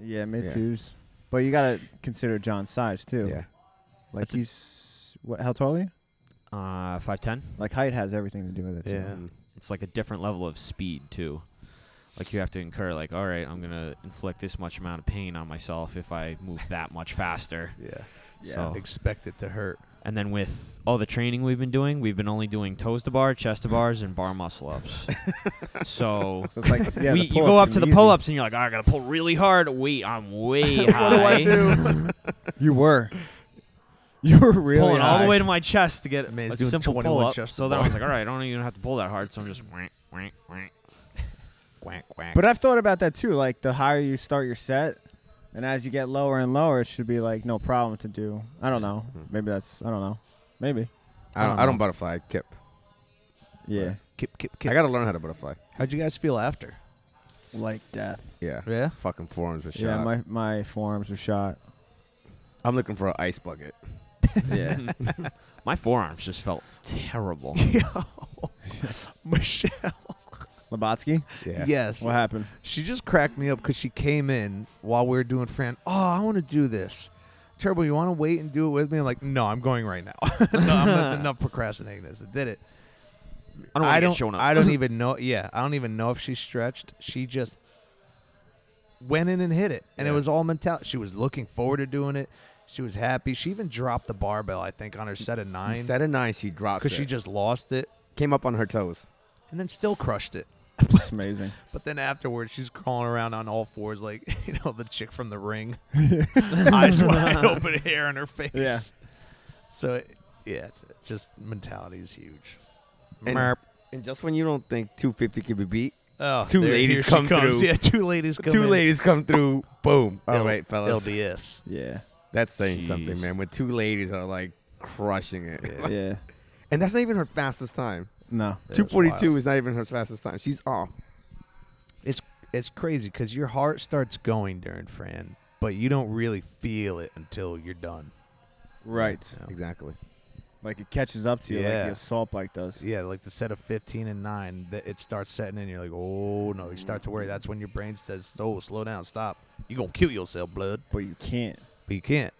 yeah, mid
Yeah.
twos. But you got to consider John's size, too.
Yeah.
Like
That's a-
he's what? How tall are you?
Uh, 510.
Like height has everything to do with it. too.
Yeah.
It's like a different level of speed too. like you have to incur like all right i'm gonna inflict this much amount of pain on myself if i move that much faster
Yeah.
so
Expect it to hurt.
and then with all the training we've been doing we've been only doing toes to bar chest to bars and bar muscle ups so
So it's like yeah, the
we, you go
pull-ups
up to
are
the
easy.
pull-ups and you're like, "Oh, I gotta pull really hard. Wait, I'm way high.
You were. You were really
Pulling all
high.
the way to my chest to get
That man's
a
doing
simple
21
pull-up.
chest
So
to
then I
bar.
was like, all right, I don't even have to pull that hard. So I'm just wank, wank, wank, wank, wank.
But I've thought about that too. Like the higher you start your set, and as you get lower and lower, it should be like no problem to do. I don't know. Maybe that's I don't know. Maybe.
I don't, I don't butterfly. I kip.
Yeah.
Kip, kip,
I
kip.
gotta learn how to butterfly.
How'd you guys feel after?
Like death.
Yeah.
Yeah.
Fucking forearms were shot.
Yeah, my my forearms are shot.
I'm looking for an ice bucket.
Yeah.
my forearms just felt terrible.
Michelle.
Labotsky?
Yeah.
Yes.
What happened?
She just cracked me up because she came in while we were doing Fran. Oh, I want to do this. Turbo, you want to wait and do it with me? I'm like, no, I'm going right now. no, I'm not, enough procrastinating this. I did it.
I don't want to get shown up.
I don't even know. Yeah, I don't even know if she stretched. She just went in and hit it, and it was all mental. She was looking forward to doing it. She was happy. She even dropped the barbell, I think, on her set of nine
Set of nine, she dropped
because she
it.
just lost it
came up on her toes.
and then still crushed it.
It's amazing.
But then afterwards, she's crawling around on all fours, like you know the chick from The Ring, eyes wide open, hair on her face.
Yeah.
So it- yeah, it's- it's just mentality is huge.
And-
Merp.
And just when you don't think 250 can be beat,
Oh,
two
there-
ladies
here she
come
comes.
through.
Yeah, two ladies come.
two
in.
ladies come through. Boom. All
L-
right, fellas.
LDS.
Yeah.
That's saying something,
Jeez.
man. When two ladies are like crushing it,
Yeah.
and that's not even her fastest time.
No.
Two forty two is not even her fastest time. She's off.
It's it's crazy because your heart starts going during Fran, but you don't really feel it until you're done.
Right.
Yeah.
Exactly.
Like it catches up to you like
Yeah.
the assault bike does.
Yeah, like the set of 15 and 9, that it starts setting in. You're like, oh, no. You start to worry. That's when your brain says, oh, slow down, stop. You're going to kill yourself, blood.
But you can't.
But you can't.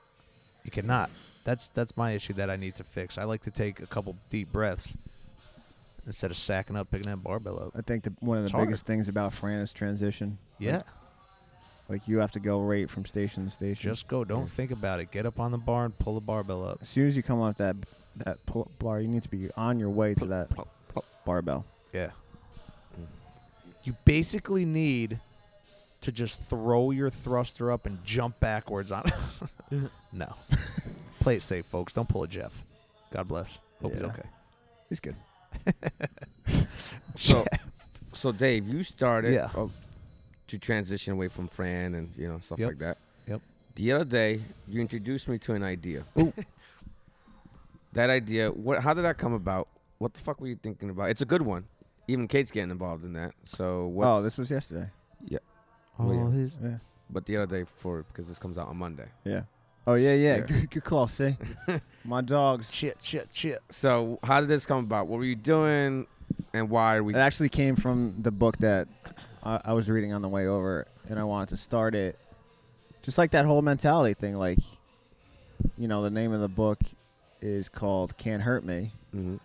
You cannot. That's that's my issue that I need to fix. I like to take a couple deep breaths instead of sacking up, picking that barbell up.
I think the, one of the
It's hard.
biggest things about Fran is transition.
Yeah.
Like you have to go right from station to station.
Just go. Don't think about it. Get up on the bar and pull the barbell up.
as soon as you come off that that pull-up bar, you need to be on your way to that barbell.
Yeah. Mm-hmm. You basically need to just throw your thruster up and jump backwards on no. Play it safe, folks. Don't pull a Jeff. God bless. Hope he's
Yeah.
okay.
He's good. so, so Dave, you started
Yeah.
uh, to transition away from Fran and you know stuff
Yep.
like that.
Yep.
The other day, you introduced me to an idea. Ooh. that idea. What? How did that come about? What the fuck were you thinking about? It's a good one. Even Kate's getting involved in that. So what's,
oh, this was yesterday.
well, yeah.
Yeah.
But the other day for because this comes out on Monday.
Yeah. Oh yeah, yeah.
Yeah.
Good, good call. See, my dogs.
Shit, shit, shit.
So how did this come about? What were you doing, and why are we?
It actually came from the book that I, I was reading on the way over, and I wanted to start it. Just like that whole mentality thing. Like, you know, the name of the book is called "Can't Hurt Me,"
Mhm.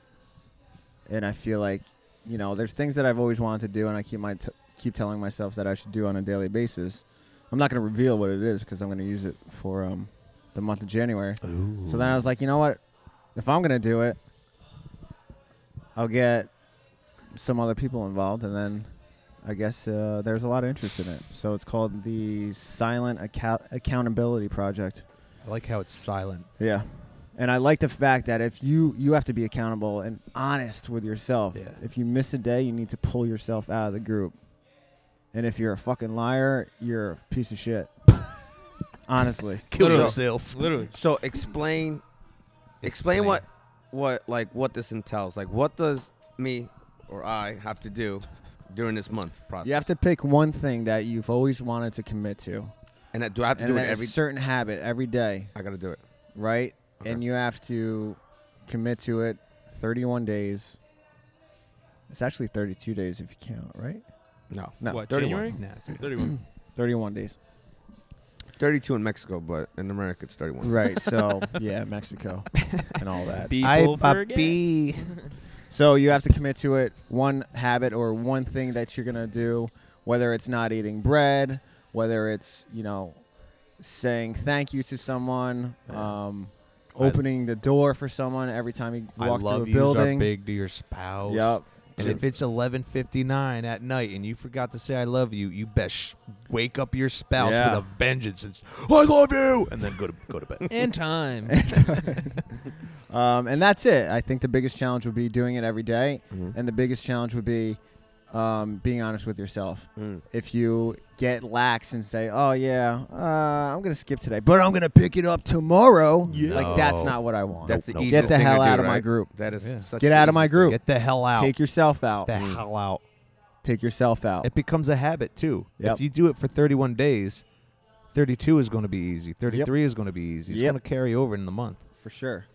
and I feel like, you know, there's things that I've always wanted to do, and I keep my t- keep telling myself that I should do on a daily basis. I'm not going to reveal what it is because I'm going to use it for um, the month of January. So then I was like, you know what? If I'm going to do it, I'll get some other people involved, and then I guess uh, there's a lot of interest in it. So it's called the Silent Account- Accountability Project.
I like how it's silent.
Yeah. And I like the fact that if you you have to be accountable and honest with yourself.
Yeah.
If you miss a day, you need to pull yourself out of the group. And if you're a fucking liar, you're a piece of shit. Honestly.
Kill
Literally.
yourself.
Literally.
So explain, explain,
Explain.
what, what like what this entails. Like what does me or I have to do during this month process?
You have to pick one thing that you've always wanted to commit to.
and that, do I have to
And
do
that is
it every?
a certain habit every day,
I gotta do it.
right?
Okay.
And you have to commit to it 31 days. It's actually 32 days if you count, right?
No,
No,
what,
31.
January?
Nah,
31.
31 days.
thirty-two in Mexico, but in America it's thirty-one.
Right. So, yeah, Mexico and all that. uh,
People forget.
puppy.
So you have to commit to it, one habit or one thing that you're gonna do, whether it's not eating bread, whether it's you know saying thank you to someone, um,
I-
opening the door for someone every time you
I
walk
love
through a
yous are
building.
big to your spouse.
Yep.
And if it's 11:59 at night and you forgot to say I love you, you best sh- wake up your spouse
Yeah.
with a vengeance and s- I love you, and then go to go to bed.
And time.
Um, and that's it. I think the biggest challenge would be doing it every day,
Mm-hmm.
and the biggest challenge would be um, being honest with yourself.
Mm.
If you get lax and say, "Oh yeah, uh, I'm gonna skip today, but I'm gonna pick it up tomorrow," like that's
No.
not what I want.
That's the
Nope.
get
easiest
the
thing to
hell
do,
out of my
right?
group.
That is
Yeah.
such
Get
the
out of my
easiest
group.
Get the hell out.
Take Mm. yourself out.
the hell out.
Take yourself out.
It becomes a habit too.
Yep.
If you do it for 31 days, 32 is going to be easy. 33 is going to be easy. It's
Yep.
going to carry over in the month.
For sure.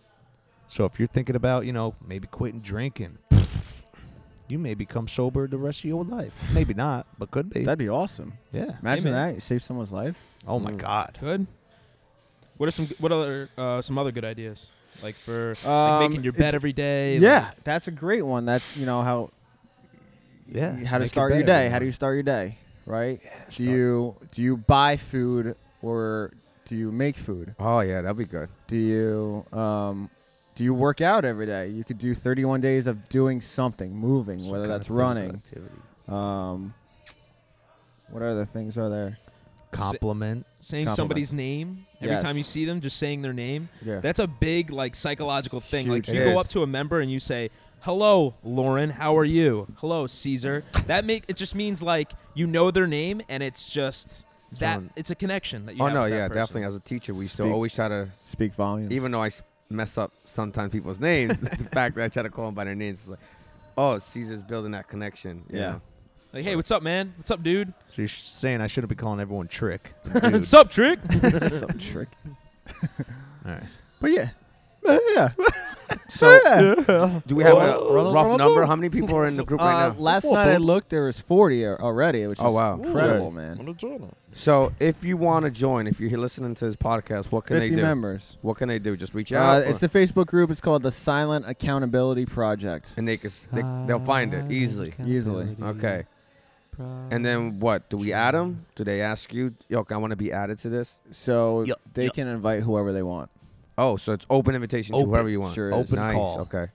So if you're thinking about, you know, maybe quitting drinking, you may become sober the rest of your life. Maybe not, but could be.
That'd be awesome.
yeah.
Imagine
man.
that. You save someone's life.
Oh my
Mm.
God.
Good. What are some what other uh, some other good ideas like for
Um,
like making your bed
it's-
every day? like-
Yeah, that's a great one. That's you know how
Yeah.
how to
make it
start your
better,
day.
you
How
know.
do you start your day? Right? do
start-
you do you buy food or do you make food?
group. Oh yeah, that'd be good.
Do you um, do you work out every day? You could do 31 days of doing something, moving,
Some
whether
kind
that's
of physical
running.
activity.
Um, what other things are there?
Compliment.
saying
Compliments.
somebody's name every
Yes.
time you see them, just saying their name.
Yeah.
That's a big like psychological thing.
Huge.
Like if you
It
go
is.
up to a member and you say, "Hello, Lauren. How are you? Hello, Caesar." That make it just means like you know their name and it's just that
Someone-
it's a connection that you.
Oh
have
no,
with that
yeah,
person.
definitely. As a teacher, we still
Speak-
always try to,
Speak volume.
even though I s- mess up sometimes people's names, the fact that I try to call them by their names is like, oh, Caesar's building that connection. you
Yeah.
know?
Like, hey, what's up, man? What's up, dude?
So you're sh- saying I shouldn't be calling everyone trick. Dude.
what's up, trick?
Some trick.
All right.
But yeah. Yeah.
So,
Yeah.
do we have a rough number? How many people are in the group
Uh,
right now?
last night I looked, there was 40 a- already, which
Oh,
is
wow.
incredible, man.
So, if you want to join, if you're listening to this podcast, what can
50
they do?
members.
What can they do? Just reach
Uh,
out,
it's
or-
the Facebook group. It's called the Silent Accountability Project.
and they can s- they, they'll find it easily.
Easily.
Okay. And then what? Do we add them? Do they ask you, yo, I want to be added to this?
So
Yeah,
they
yeah.
can invite whoever they want.
Oh, so it's open invitation
Open.
to whoever you want.
Sure is. Open
nice.
call.
Okay.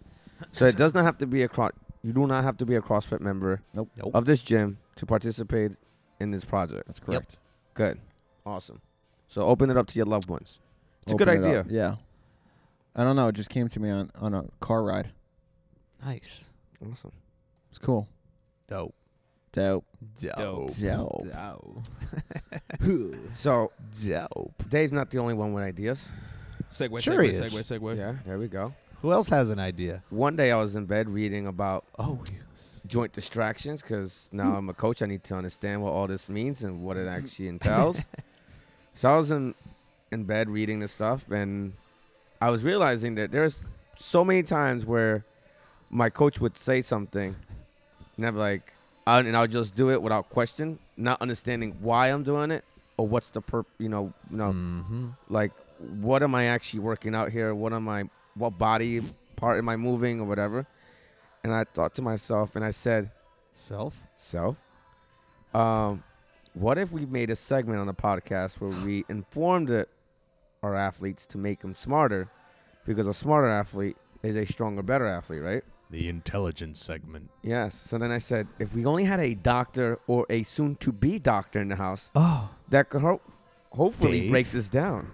So it does not have to be a cross. You do not have to be a CrossFit member
Nope.
Nope.
of this gym to participate in this project.
That's correct.
Good. Awesome. So open it up to your loved ones. It's a
Open
good
it
idea.
up. Yeah. I don't know. It just came to me on, on a car ride.
Nice.
Awesome.
It's cool.
Dope.
Dope.
Dope.
Dope.
So
Dope.
Dave's not the only one with ideas.
Segue,
Sure he
segue,
is.
segue, segue.
Yeah, there we go.
Who else has an idea?
One day I was in bed reading about
Oh,
joint distractions because now I'm a coach. I need to understand what all this means and what it actually entails. so I was in in bed reading this stuff, and I was realizing that there's so many times where my coach would say something, and I'm like, I, and I'll just do it without question, not understanding why I'm doing it or what's the perp, you know, you know,
Mm-hmm.
like what am I actually working out here? What am I? What body part am I moving or whatever? And I thought to myself, and I said,
Self.
so, um, what if we made a segment on the podcast where we informed it, our athletes to make them smarter, because a smarter athlete is a stronger, better athlete, right?
The intelligence segment.
Yes. So then I said, if we only had a doctor or a soon-to-be doctor in the house,
Oh.
that could ho- hopefully
Dave?
break this down.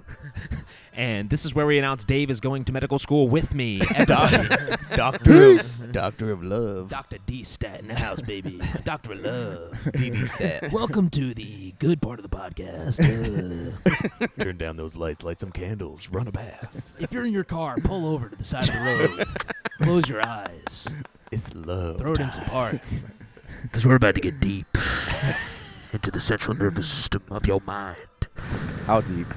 And this is where we announce Dave is going to medical school with me. Everybody.
Doctor of, Doctor of Love.
Dr. D Stat in the house, baby. Dr. Love.
DD stat.
Welcome to the good part of the podcast. Uh,
Turn down those lights, light some candles, run a bath.
if you're in your car, pull over to the side of the road. Close your eyes.
It's love.
Throw it into park.
Because we're about to get deep into the central nervous system of your mind.
How deep?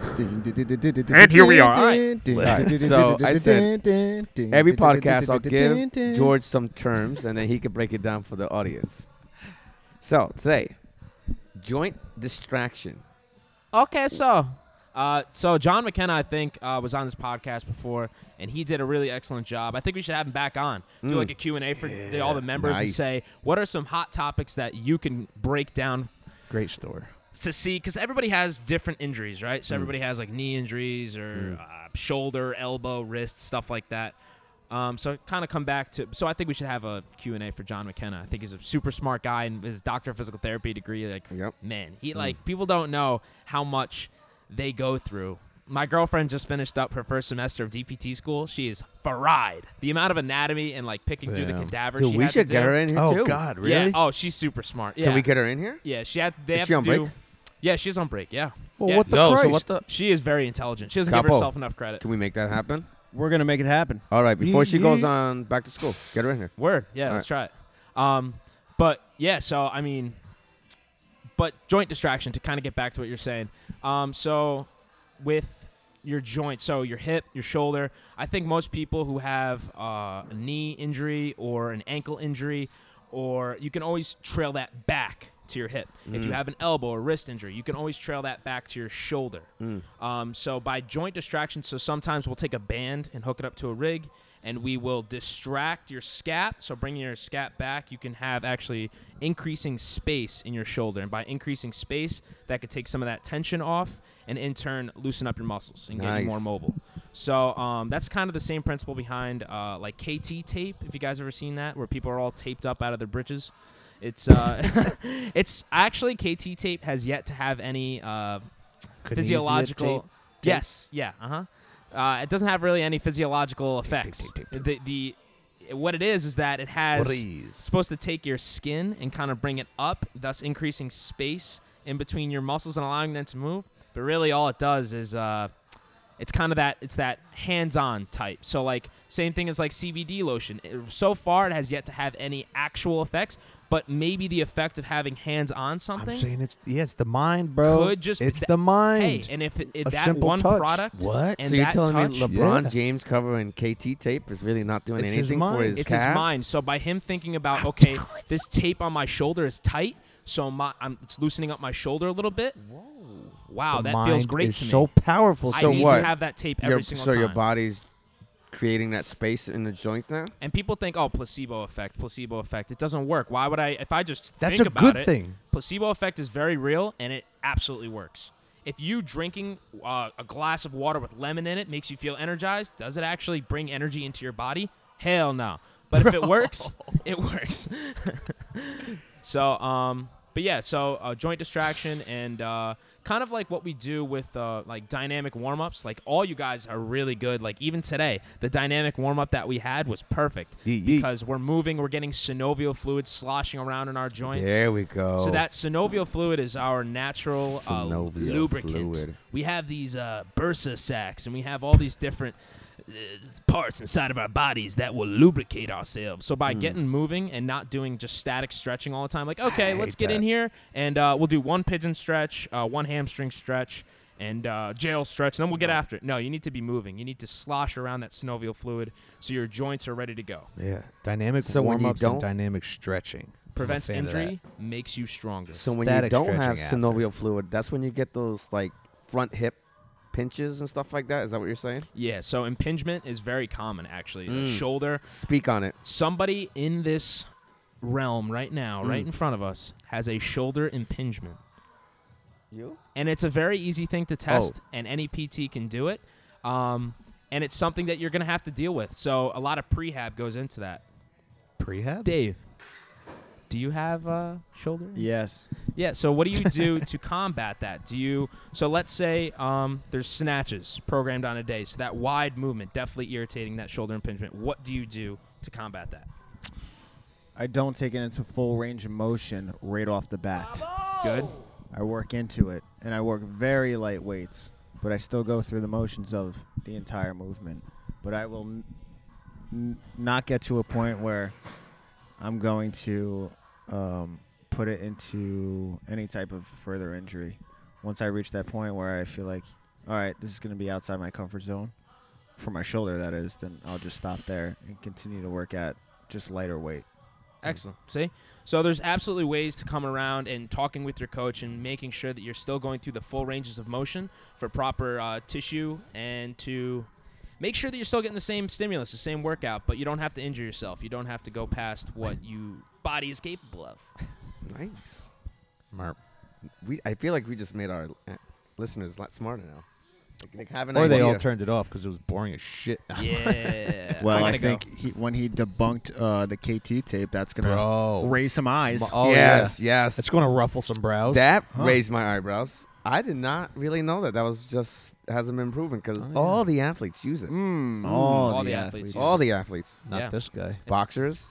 And
here we are.
So I said, Every podcast, I'll give George some terms, and then he can break it down for the audience. So today, joint distraction.
Okay, so
Uh, so John McKenna, I think, uh, was on this podcast before, and he did a really excellent job. I think we should have him back on, do
Mm.
like a Q and A for the, all the members, and
nice.
say what are some hot topics that you can break down
Great store.
to see because everybody has different injuries, right?
Mm.
So everybody has like knee injuries or uh, shoulder, elbow, wrist, stuff like that. Um, so kind of come back to. So I think we should have a Q and A for John McKenna. I think he's a super smart guy and his doctor of physical therapy degree. Like,
Yep. Mm.
man, he like people don't know how much they go through. My girlfriend just finished up her first semester of DPT school. She is fried. The amount of anatomy and like picking through the
Damn.
cadaver.
Dude,
she
we
had to
should get
do.
her in here
Oh
too.
God, really?
Yeah. Oh, she's super smart. Yeah.
Can we get her in here?
Yeah, she had. They
Is
have
she
to
on
do.
break?
Yeah, she's on break. Yeah.
Well,
Yeah.
what the
Yo, so
Christ?
what the-
She is very intelligent. She doesn't give
Capo.
herself enough credit.
Can we make that happen?
We're gonna make it happen.
All right, before she goes
yeah.
on back to school, get her in here.
Word. Yeah,
All
let's try it. Um, but yeah, so I mean, but joint distraction to kind of get back to what you're saying. Um, so with your joint, so your hip, your shoulder, I think most people who have uh, a knee injury or an ankle injury, or you can always trail that back to your hip. If
Mm.
you have an elbow or wrist injury, you can always trail that back to your shoulder.
Mm.
Um, so by joint distraction, so sometimes we'll take a band and hook it up to a rig, and we will distract your scap. So bringing your scap back, you can have actually increasing space in your shoulder, and by increasing space, that could take some of that tension off, and in turn loosen up your muscles and get you
Nice.
more mobile. So um, that's kind of the same principle behind uh, like KT tape. If you guys ever seen that, where people are all taped up out of their britches. It's uh, it's actually KT tape has yet to have any uh, physiological. Yes. Yeah. Uh huh. Uh, it doesn't have really any physiological effects. The, the what it is is that it has it's supposed to take your skin and kind of bring it up, thus increasing space in between your muscles and allowing them to move. But really, all it does is uh, it's kind of that it's that hands-on type. So like same thing as like CBD lotion. It- so far, it has yet to have any actual effects. But maybe the effect of having hands on
I'm
something
saying it's yeah, it's the mind, bro.
Could just-
it's
that-
the mind.
Hey, and if, it, if
A
that
simple
one
touch.
product,
What?
And
so you're
that
telling
touch,
me LeBron
Yeah.
James covering KT tape is really not doing
It's his
anything for
mind.
his
it's
calf?
his mind. So by him thinking about, okay, this tape on my shoulder is tight, so my I'm, it's loosening up my shoulder a little bit. Whoa! Wow,
The
that
mind
feels great
is
to me.
so powerful.
I
So
need
what?
to have that tape every
Your-
single
so
time.
your body's creating that space in the joint now.
and people think, oh, placebo effect, placebo effect. It doesn't work. Why would I? If I just
That's
think
a
about
good
it,
thing.
placebo effect is very real and it absolutely works. If you drinking uh, a glass of water with lemon in it makes you feel energized, does it actually bring energy into your body? Hell no. But if it works, it works. so, um, but yeah, so uh, joint distraction and uh, kind of like what we do with uh, like dynamic warm ups. Like all you guys are really good. Like even today, the dynamic warm up that we had was perfect
Yeet, yeet.
because we're moving, we're getting synovial fluid sloshing around in our joints.
we go.
Oh.
So that synovial fluid is our natural uh,
Synovial
lubricant.
fluid.
We have these uh, bursa sacs, and we have all these different uh, parts inside of our bodies that will lubricate ourselves. So
Hmm.
by getting moving and not doing just static stretching all the time, like okay, let's get in here and uh, we'll do one pigeon stretch, uh, one hamstring stretch. And uh, jail stretch, and then we'll get after it. No, you need to be moving. You need to slosh around that synovial fluid so your joints are ready to go.
yeah, dynamic
So when you
warm ups and
don't-
dynamic stretching I'm a
Prevents
fan of that.
injury, makes you stronger.
So when you
Static
don't have
stretching after.
synovial fluid, that's when you get those like front hip pinches and stuff like that. Is that what you're saying?
Yeah, so impingement is very common actually. The
Mm.
shoulder.
Speak on it.
Somebody in this realm right now, right in front of us, has a shoulder impingement.
You?
And it's a very easy thing to test, and any PT can do it. Um, and it's something that you're going to have to deal with. So a lot of prehab goes into that.
Prehab.
Dave, do you have uh, shoulder?
Yes.
Yeah. So what do you do to combat that? Do you so let's say um, there's snatches programmed on a day, so that wide movement definitely irritating that shoulder impingement. What do you do to combat that?
I don't take it into full range of motion right off the bat.
Good.
I work into it, and I work very light weights, but I still go through the motions of the entire movement. But I will n- n- not get to a point where I'm going to um, put it into any type of further injury. Once I reach that point where I feel like, all right, this is going to be outside my comfort zone, for my shoulder that is, then I'll just stop there and continue to work at just lighter weight.
Excellent. See? So there's absolutely ways to come around and talking with your coach and making sure that you're still going through the full ranges of motion for proper uh, tissue and to make sure that you're still getting the same stimulus, the same workout, but you don't have to injure yourself. You don't have to go past what you body is capable of.
Nice.
Marp.
We I feel like we just made our uh, listeners a lot smarter now. Like, like have an
Or they
idea.
all turned it off because it was boring as shit.
Yeah.
Well,
I
I
gotta go.
think he, when he debunked uh, the KT tape, that's gonna
Bro.
raise some eyes.
Oh,
yes,
yeah.
yes.
It's going to ruffle some brows.
That raised my eyebrows. I did not really know that. That was just hasn't been proven because
Oh,
all the athletes use it.
Mm, all,
All
the,
the
athletes.
athletes.
All the athletes,
Not
Yeah.
this guy.
boxers,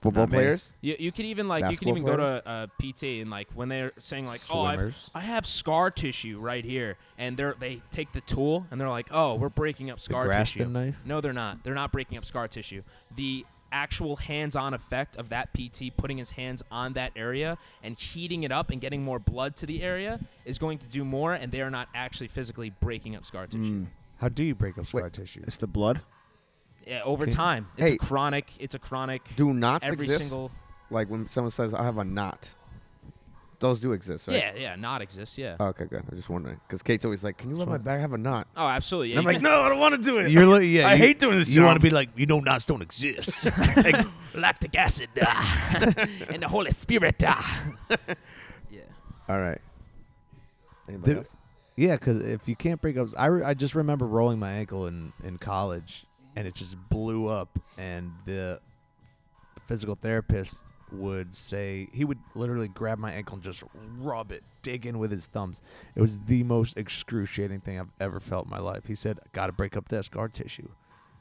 football
me.
players.
You, you could even like you can
Basketball
even go
players?
to uh, PT and like when they're saying like oh I've,
Swimmers.
I have scar tissue right here and they're they take the tool and they're like oh we're breaking up scar
Graston
tissue
knife?
no they're not they're not breaking up scar tissue the actual hands-on effect of that PT putting his hands on that area and heating it up and getting more blood to the area is going to do more and they are not actually physically breaking up scar tissue
Mm.
How do you break up scar
Wait.
tissue?
It's the blood.
yeah, over time it's
Hey.
a chronic it's a chronic
Do knots
every
exist?
single
Like when someone says, "I have a knot," those do exist, right?
yeah yeah not exists yeah
Oh, okay, good. I'm just wondering because Kate's always like, "Can you let my back have a knot?"
oh absolutely yeah,
And I'm
you
like,
can-
"No, I don't want to do it."
You're like, yeah,
I
you-
hate doing this
You want
job.
to be like, you know, knots don't exist.
Lactic acid uh, and the Holy Spirit. uh.
yeah.
All right. Anybody
The-
else?
yeah, because if you can't break up, I, re- I just remember rolling my ankle in, in college, and it just blew up, and the physical therapist would say he would literally grab my ankle and just rub it, dig in with his thumbs. It was the most excruciating thing I've ever felt in my life. He said, "Got to break up that scar tissue."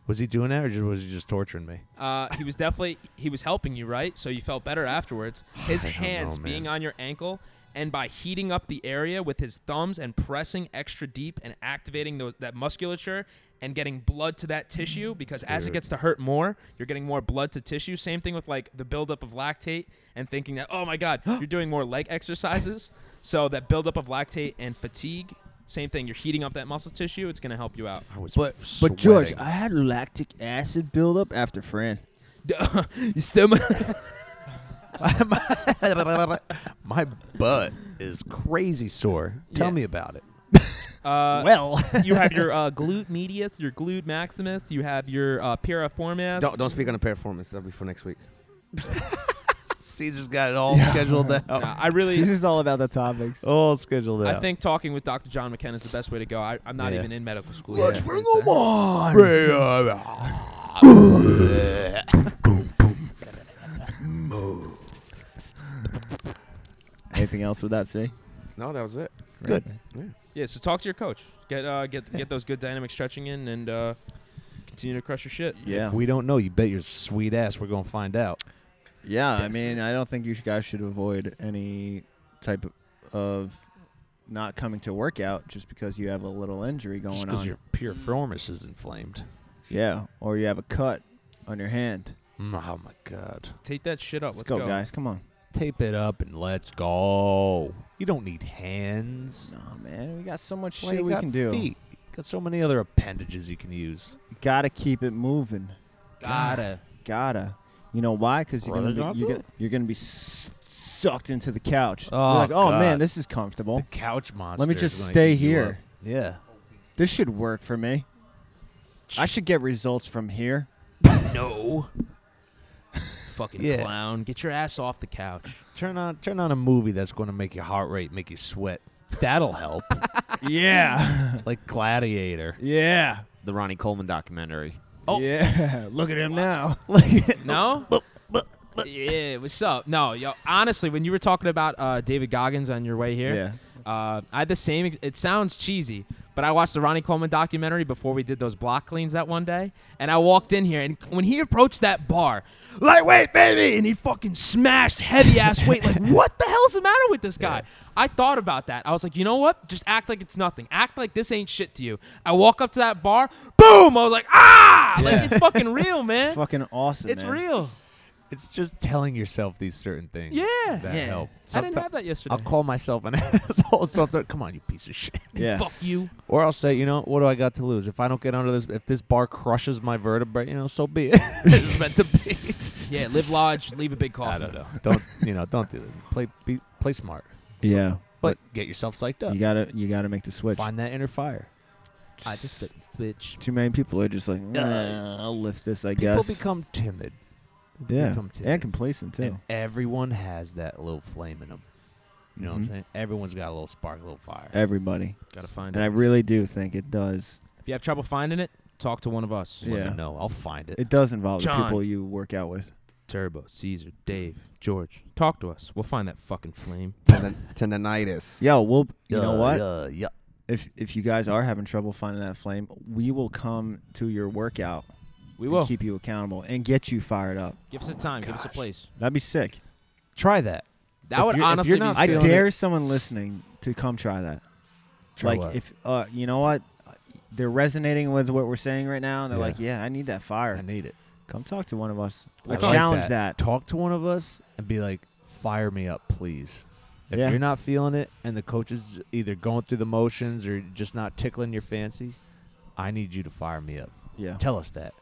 Was he doing that, or just, was he just torturing me?
Uh, he was definitely he was helping you, right? So you felt better afterwards. His hands
man.
being on your ankle and by heating up the area with his thumbs and pressing extra deep and activating tho- that musculature and getting blood to that tissue because as it gets to hurt more, you're getting more blood to tissue. Same thing with like the buildup of lactate and thinking that oh my god, you're doing more leg exercises. So that buildup of lactate and fatigue, same thing. You're heating up that muscle tissue. It's gonna help you out.
I was
But but George, I had lactic acid buildup after Fran.
you still
my butt is crazy sore. Tell me about it.
uh,
Well,
you have your uh, glute medius, your glute maximus, you have your uh, piriformis.
Don't don't speak on the performance. That'll be for next week.
Caesar's got it all scheduled out.
Nah, I really,
is all about the topics.
All scheduled out.
I think talking with Dr. John McKenna is the best way to go. I, I'm not
Yeah.
even in medical school. yet.
bring them on.
Anything else with that say?
No, that was it.
Good.
Yeah, so talk to your coach. Get uh, get get those good dynamic stretching in and uh, continue to crush your shit.
Yeah,
We don't know. You bet your sweet ass we're gonna find out.
yeah. I mean, I don't think you guys should avoid any type of not coming to workout just because you have a little injury
Just
going
'cause
on.
your piriformis is inflamed.
Yeah, or you have a cut on your hand.
Mm, Oh my god.
Take that shit up.
Let's
Let's
go, guys. Come on.
Tape it up and let's go. You don't need hands.
No, man, we got so much
Well,
shit
you
we
got
can do.
Feet. You got so many other appendages you can use.
Gotta keep it moving.
Gotta.
Gotta. You know why? Because you're
Brother
gonna be, you're
Gotham?
gonna, you're gonna be s- sucked into the couch.
Oh,
you're like, oh
God.
man, this is comfortable.
The couch monster.
Let me
is
just
gonna
stay
eat you
here.
up. Yeah.
This should work for me. I should get results from here.
No. Fucking
Yeah.
clown. Get your ass off the couch.
Turn on turn on a movie that's going to make your heart rate, make you sweat. That'll help.
Yeah,
like Gladiator.
yeah,
The Ronnie Coleman documentary.
oh. yeah. Look at him now.
No? yeah, what's up? No, yo, honestly, when you were talking about uh, David Goggins on your way here, uh, I had the same. Ex- it sounds cheesy, but I watched the Ronnie Coleman documentary before we did those block cleans that one day, and I walked in here, and when he approached that bar, lightweight baby, and he fucking smashed heavy ass weight. Like, what the hell's the matter with this guy? I thought about that. I was like, you know what? Just act like it's nothing. Act like this ain't shit to you. I walk up to that bar, boom! I was like, ah! Like it's fucking real, man.
Fucking awesome.
it's
man.
real.
It's just telling yourself these certain things.
Yeah.
That
Yeah.
help.
I didn't
Someti-
have that yesterday.
I'll call myself an asshole sometimes. Come on, you piece of shit.
Yeah.
Fuck you.
Or I'll say, you know, what do I got to lose? If I don't get under this, if this bar crushes my vertebrae, you know, so be it. it's meant to be.
Yeah, live large, leave a big coffin.
I don't know. Don't you know? Don't do that. Play be, play smart,
Yeah,
but get yourself psyched up.
you gotta you gotta make the switch.
Find that inner fire.
I just flip the switch.
Too many people are just like, "Nah, I'll lift this, I guess.
Uh, People become timid. People
yeah,
become timid.
and complacent too.
And everyone has that little flame in them. You know what
Mhm.
I'm saying? Everyone's got a little spark, a little fire.
Everybody,
Gotta find
and I
it.
really do think it does.
if you have trouble finding it, talk to one of us.
Let
yeah.
me know. I'll find it.
It does involve the
John.
people you work out with.
Turbo, Caesar, Dave, George. Talk to us. We'll find that fucking flame.
Tenon- Tenonitis.
Yo, we'll you know
Uh,
what?
Yeah, Yeah, yeah.
If if you guys are having trouble finding that flame, we will come to your workout.
We will.
and keep you accountable and get you fired up.
give us a time. Give us a place.
That'd be sick.
Try that.
That
If
would
you're- if
honestly
you're
be
not
I
sick.
feeling
dare someone listening to come try that.
Try
like
what?
if uh, you know what, they're resonating with what we're saying right now, and they're
Yeah.
like, "Yeah, I need that
I
fire."
need it.
Come talk to one of us. I,
I like
challenge that.
Talk to one of us and be like, fire me up, please. If
Yeah.
you're not feeling it and the coach is either going through the motions or just not tickling your fancy, I need you to fire me up.
Yeah,
Tell us that.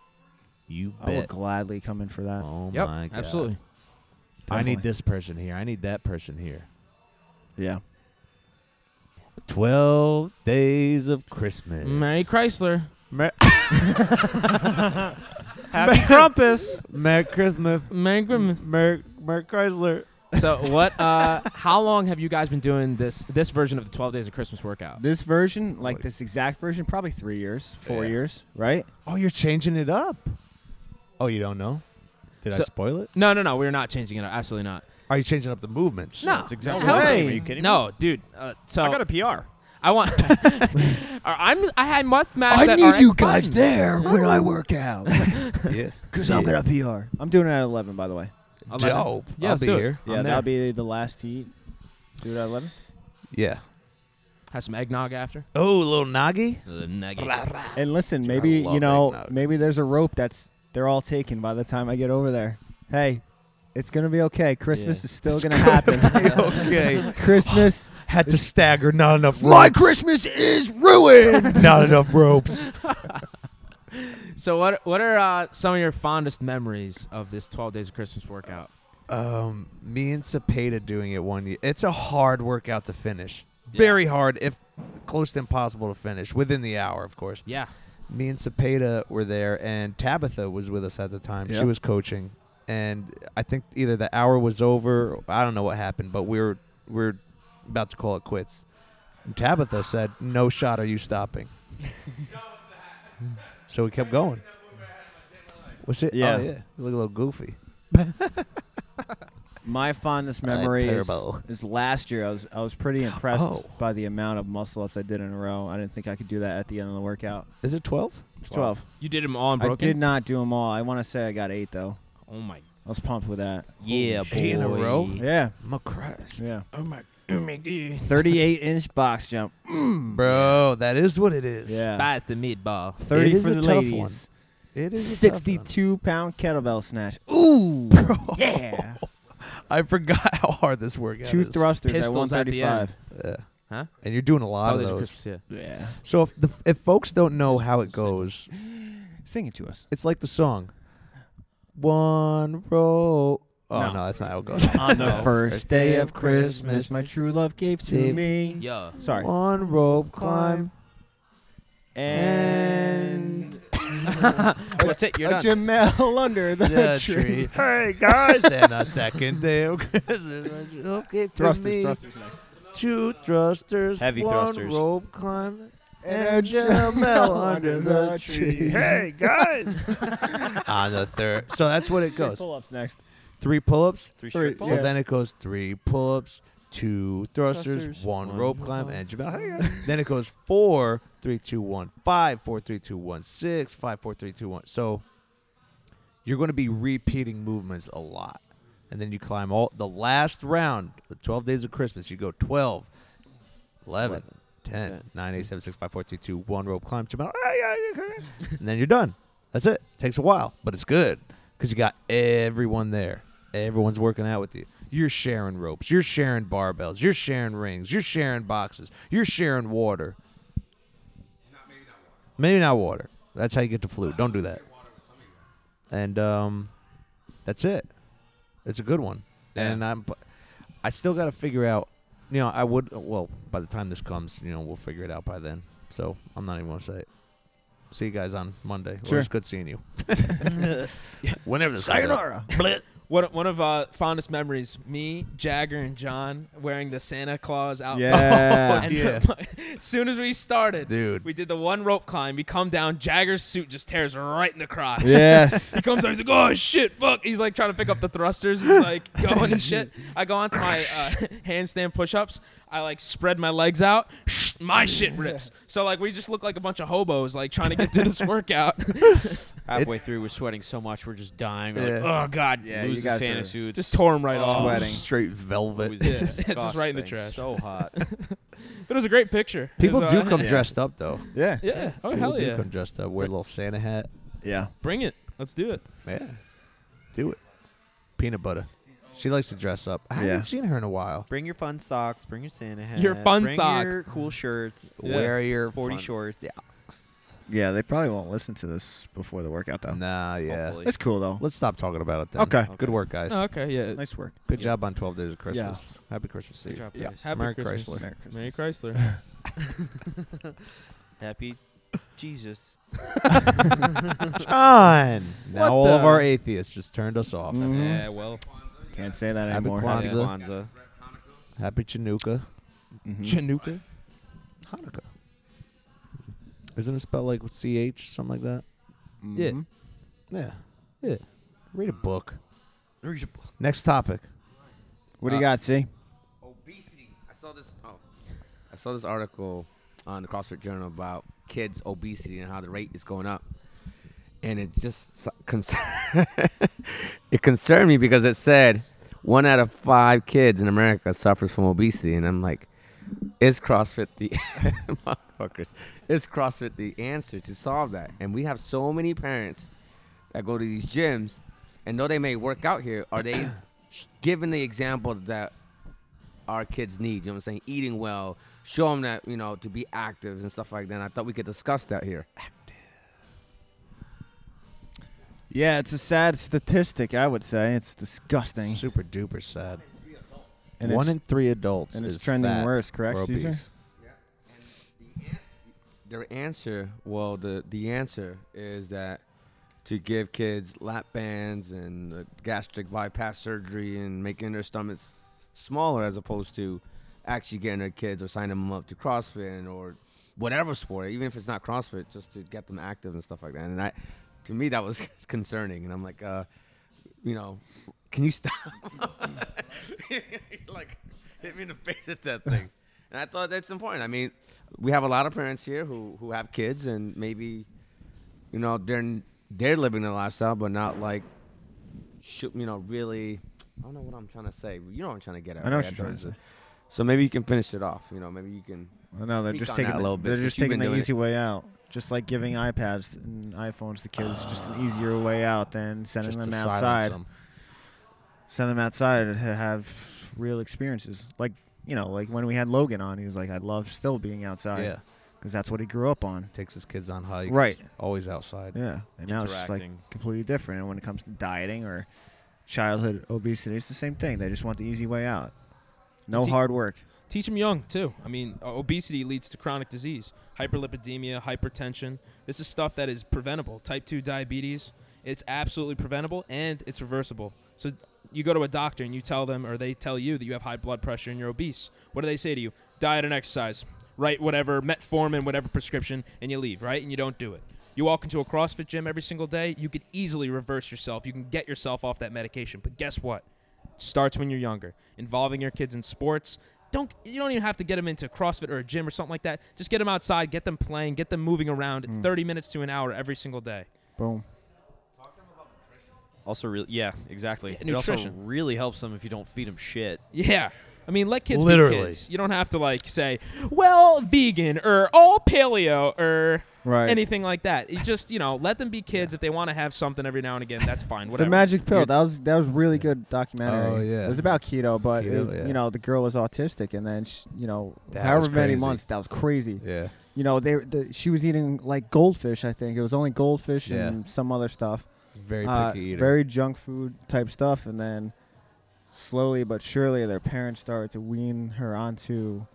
You
Oh. I will
bet.
gladly come in for that.
Oh
Yep,
my god.
absolutely.
I need
Definitely.
this person here. I need that person here.
Yeah,
12 days of Christmas.
Mary Chrysler.
Happy Krampus. Merry Christmas.
Merry Christmas.
Merry, Merry Chrysler.
So what? Uh, how long have you guys been doing this this version of the Twelve Days of Christmas workout?
this version, like this exact version, probably three years, four
Yeah.
years, right?
Oh, you're changing it up. Oh, you don't know? Did I
So-
spoil it?
No, no, no. We're not changing it. up. Absolutely not.
Are you changing up the movements?
No,
It's exactly
no
the
way.
same. Are you kidding me?
No, dude. Uh, so
I got a PR.
I want. I'm. I had must smash.
I
that
need
RX
you guys
button.
there when I work out.
Yeah.
Because I'm going to be.
PR. I'm doing it at 11, by the way.
Eleven.
Dope.
Yeah,
I'll
let's
be
do it.
here.
Yeah,
I'm
that'll be the last to eat. Do it at 11.
Yeah.
Have some eggnog after.
Oh, little Nagi?
And listen,
I
maybe
love
you know,
eggnog.
maybe there's a rope that's they're all taken by the time I get over there. Hey, it's gonna be okay. Christmas Yeah.
It's
is still
gonna
gonna happen.
okay.
Christmas.
Had to stagger. Not enough ropes.
My Christmas is ruined.
Not enough ropes.
So what? What are uh, some of your fondest memories of this Twelve Days of Christmas workout?
Um, me and Cepeda doing it one year. It's a hard workout to finish. Very hard, if close to impossible to finish within the hour, of course.
Yeah.
Me and Cepeda were there, and Tabitha was with us at the time.
Yeah.
She was coaching, and I think either the hour was over. or I don't know what happened, but we were we were about to call it quits. And Tabitha said, "No shot. Are you stopping?" so we kept going. What's it?
Yeah.
oh, yeah. You look a little goofy.
My fondest memory is, is last year. I was I was pretty impressed
Oh.
by the amount of muscle ups I did in a row. I didn't think I could do that at the end of the workout.
Is it twelve?
It's 12.
You did them all in
I
Brooklyn.
did not do them all. I want to say I got eight though.
Oh my.
I was pumped with that.
Yeah, boy.
Eight in a row?
Yeah,
My Christ.
yeah.
Oh my. Oh my god.
38 inch box jump.
Bro, that is what it is.
Yeah.
That's the meatball.
30
It is
for
a
the
tough one.
ladies.
It is a tough one.
62 pound kettlebell snatch. Ooh, yeah.
I forgot how hard this workout
Two
is.
thrusters at
Pistols at the
135.
Yeah.
Huh?
And you're doing a lot
Twelve
of
Days of
those.
Christmas. Yeah.
yeah.
So if the, if folks don't know how it goes,
Sing it to us.
it's like the song. One row. Oh
No.
no, that's not how it goes.
On the first day of
Christmas,
Christmas, my true love gave to
Dave-
me.
Yeah.
Sorry.
One rope climb
And
and
Oh,
that's it. You're a Jamel under the,
the
tree.
tree. Hey guys, and the second day of Christmas. Okay, to
Thrusters,
me.
thrusters next.
two thrusters,
Heavy
one
thrusters.
rope climb,
And
and
a
Jamel under the tree.
Hey, guys.
On the third, so that's what it goes.
Pull ups next.
Three pull-ups.
Three,
So then it goes three pull-ups, two thrusters, one, rope climb, and Jamel. Hey, then it goes four, three, two, one, five, four, three, two, one, six, five, four, three, two, one. So you're going to be repeating movements a lot. And then you climb all the last round, the 12 days of Christmas, you go 12, 11, 10, 9, 8, 7, 6, 5, 4, 3, 2, 1, rope climb, Jamel. and then you're done. That's it. Takes a while, but it's good because you got everyone there. Everyone's working out with you. You're sharing ropes. You're sharing barbells. You're sharing rings. You're sharing boxes. You're sharing water. Maybe not water. That's how you get the flu. Don't do that. And um, That's it. It's a good one,
Yeah.
and I'm. but I still got to figure out. You know, I would. Well, by the time this comes, you know, we'll figure it out by then. So I'm not even gonna say it. See you guys on Monday. Sure.
Sure.
It's good seeing you. Whenever this comes out.
One, one of uh, fondest memories: me, Jagger, and John wearing the Santa Claus outfit.
Yeah.
and
Yeah.
as soon as we started,
Dude.
Oh, we did the one rope climb. We come down, Jagger's suit just tears right in the crotch.
yes.
He comes out, he's like, oh shit, fuck. He's like trying to pick up the thrusters. He's like going and shit. I go onto my uh, handstand push ups. I like spread my legs out. My shit rips. So like we just look like a bunch of hobos like trying to get through this workout.
Halfway through, we're sweating so much, we're just dying. We're like,
Yeah.
oh god,
Yeah, you
lose the
guys
Santa
are
suits.
just tore him right
Oh.
off.
Sweating.
Straight
It
velvet.
was
Yeah, just right in the
disgusting.
trash.
So hot.
But it was a great picture. It
People
was,
do
uh,
come
yeah.
dressed up though.
Yeah.
Yeah. Oh
People
hell
do
yeah.
come dressed up. Wear a little Santa hat.
Yeah.
Bring it. Let's do it.
Yeah. Do it. Peanut butter. She likes to dress up. I
Yeah.
haven't seen her in a while.
Bring your fun socks. Bring your Santa hat.
Your fun
bring
socks.
Your cool shirts.
Yeah.
Wear your
sporty
fun
shorts. Yeah.
Yeah. They probably won't listen to this before the workout though.
Nah, yeah.
Hopefully.
It's cool though.
Let's stop talking about it then.
Okay.
Good work, guys.
Oh, okay. Yeah.
Nice work.
Good job on 12 Days of Christmas. Happy Christmas Eve.
job, guys.
Happy
Merry
Christmas.
Chrysler.
Merry Christmas.
Merry Chrysler.
Happy Jesus.
John! Now all of
the-
our atheists just turned us off.
Mm,
That's it.
yeah. Well.
Can't say that
Happy
anymore.
Happy
Kwanzaa.
Kwanzaa.
Happy Chinooka.
Mhm.
Chinooka.
Hanukkah. Isn't it spelled like with CH, something like that?
Yeah.
Mhm.
Yeah.
Yeah.
Read a book. Next topic.
What do you got, C?
Obesity. I saw this. Oh, I saw this article on the CrossFit Journal about kids' obesity and how the rate is going up, and it just s- concern it concerned me because it said one out of five kids in America suffers from obesity, and I'm like, is CrossFit the motherfuckers? Is CrossFit the answer to solve that? And we have so many parents that go to these gyms, and though they may work out here, are they giving the examples that our kids need. You know what I'm saying? Eating well, show them that you know to be active and stuff like that. And I thought we could discuss that here.
Yeah, it's a sad statistic. I would say it's disgusting.
Super duper sad.
And
One
it's-
in three adults
and
is
it's trending
fat
worse, correct,
or
Caesar?
obese.
Their answer, well, the the answer is that to give kids lap bands and uh, gastric bypass surgery and making their stomachs smaller as opposed to actually getting their kids or signing them up to CrossFit or whatever sport, even if it's not CrossFit, just to get them active and stuff like that. And that, to me, that was concerning. And I'm like, uh, you know, can you stop? like, hit me in the face with that thing. And I thought that's important. I mean, we have a lot of parents here who, who have kids and maybe, you know, they're they're living their lifestyle, but not like, sh- you know, really. I don't know what I'm trying to say. You know what I'm trying to get at.
I know
right?
what you're trying to say.
So maybe you can finish it off. You know, maybe you can.
I know they're
Speak
just
on
taking
that a
the-
little bit
They're
since
just
you've
taking
been
the
doing
easy way out, just like giving iPads and iPhones to kids, just an easier way out than sending
Just to
them
silence
outside.
them.
Send them outside to have real experiences, like you know, like when we had Logan on, he was like, "I love still being outside,"
Yeah.
because that's what he grew up on.
Takes his kids on hikes.
Right.
Always outside.
Yeah, and now it's just like
Interacting.
completely different. And when it comes to dieting or childhood obesity, it's the same thing. They just want the easy way out. No
Do-
hard work.
Teach them young too. I mean, o- obesity leads to chronic disease, hyperlipidemia, hypertension. This is stuff that is preventable. Type 2 diabetes, it's absolutely preventable and it's reversible. So you go to a doctor and you tell them or they tell you that you have high blood pressure and you're obese. What do they say to you? Diet and exercise. Write whatever metformin, whatever prescription and you leave, right? And you don't do it. You walk into a CrossFit gym every single day, you could easily reverse yourself. You can get yourself off that medication. But guess what? starts when you're younger. Involving your kids in sports. Don't you don't even have to get them into CrossFit or a gym or something like that. Just get them outside, get them playing, get them moving around
Mm.
30 minutes to an hour every single day.
Boom.
Also, really, yeah, exactly.
Yeah,
It also
nutrition.
really helps them if you don't feed them shit.
Yeah. I mean, let kids
Literally.
be kids. You don't have to like say, "Well, vegan or all paleo or
Right.
anything like that." You just, you know, let them be kids if they want to have something every now and again, that's fine.
The
Whatever.
Magic Pill. That was that was really good documentary.
Oh, yeah.
It was about keto, but
Keto,
it-
yeah.
you know the girl was autistic, and then she, you know
That was
however many
crazy.
months that was crazy.
Yeah.
You know they the, she was eating like goldfish. I think it was only goldfish
Yeah.
and some other stuff.
Very picky
uh,
eater.
very junk food type stuff, and then slowly but surely their parents started to wean her onto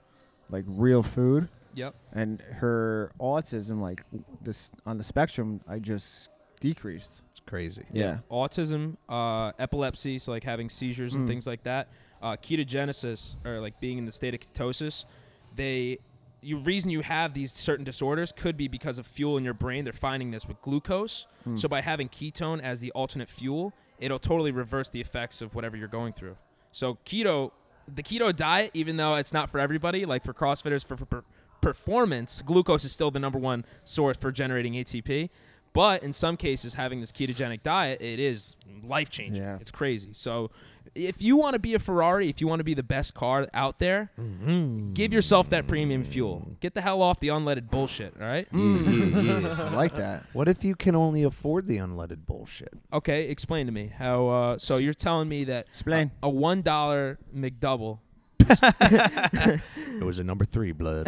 like real food.
Yep.
And her autism, like this on the spectrum, I just decreased.
it's crazy.
Yeah.
autism, uh, epilepsy, so like having seizures and
Mm.
things like that. Uh, ketogenesis, or like being in the state of ketosis, they, you reason you have these certain disorders could be because of fuel in your brain. They're finding this with glucose. So by having ketone as the alternate fuel, it'll totally reverse the effects of whatever you're going through. So keto, the keto diet, even though it's not for everybody, like for CrossFitters for, for, per- performance, glucose is still the number one source for generating ATP. But in some cases, having this ketogenic diet, it is life changing.
Yeah.
It's crazy. So if you want to be a Ferrari, if you want to be the best car out there, give yourself that premium fuel. Get the hell off the unleaded bullshit. All right.
Mm.
I like that.
What if you can only afford the unleaded bullshit?
Okay. Explain to me how. Uh, so you're telling me that
Explain.
a one dollar McDouble
It was a number three blood.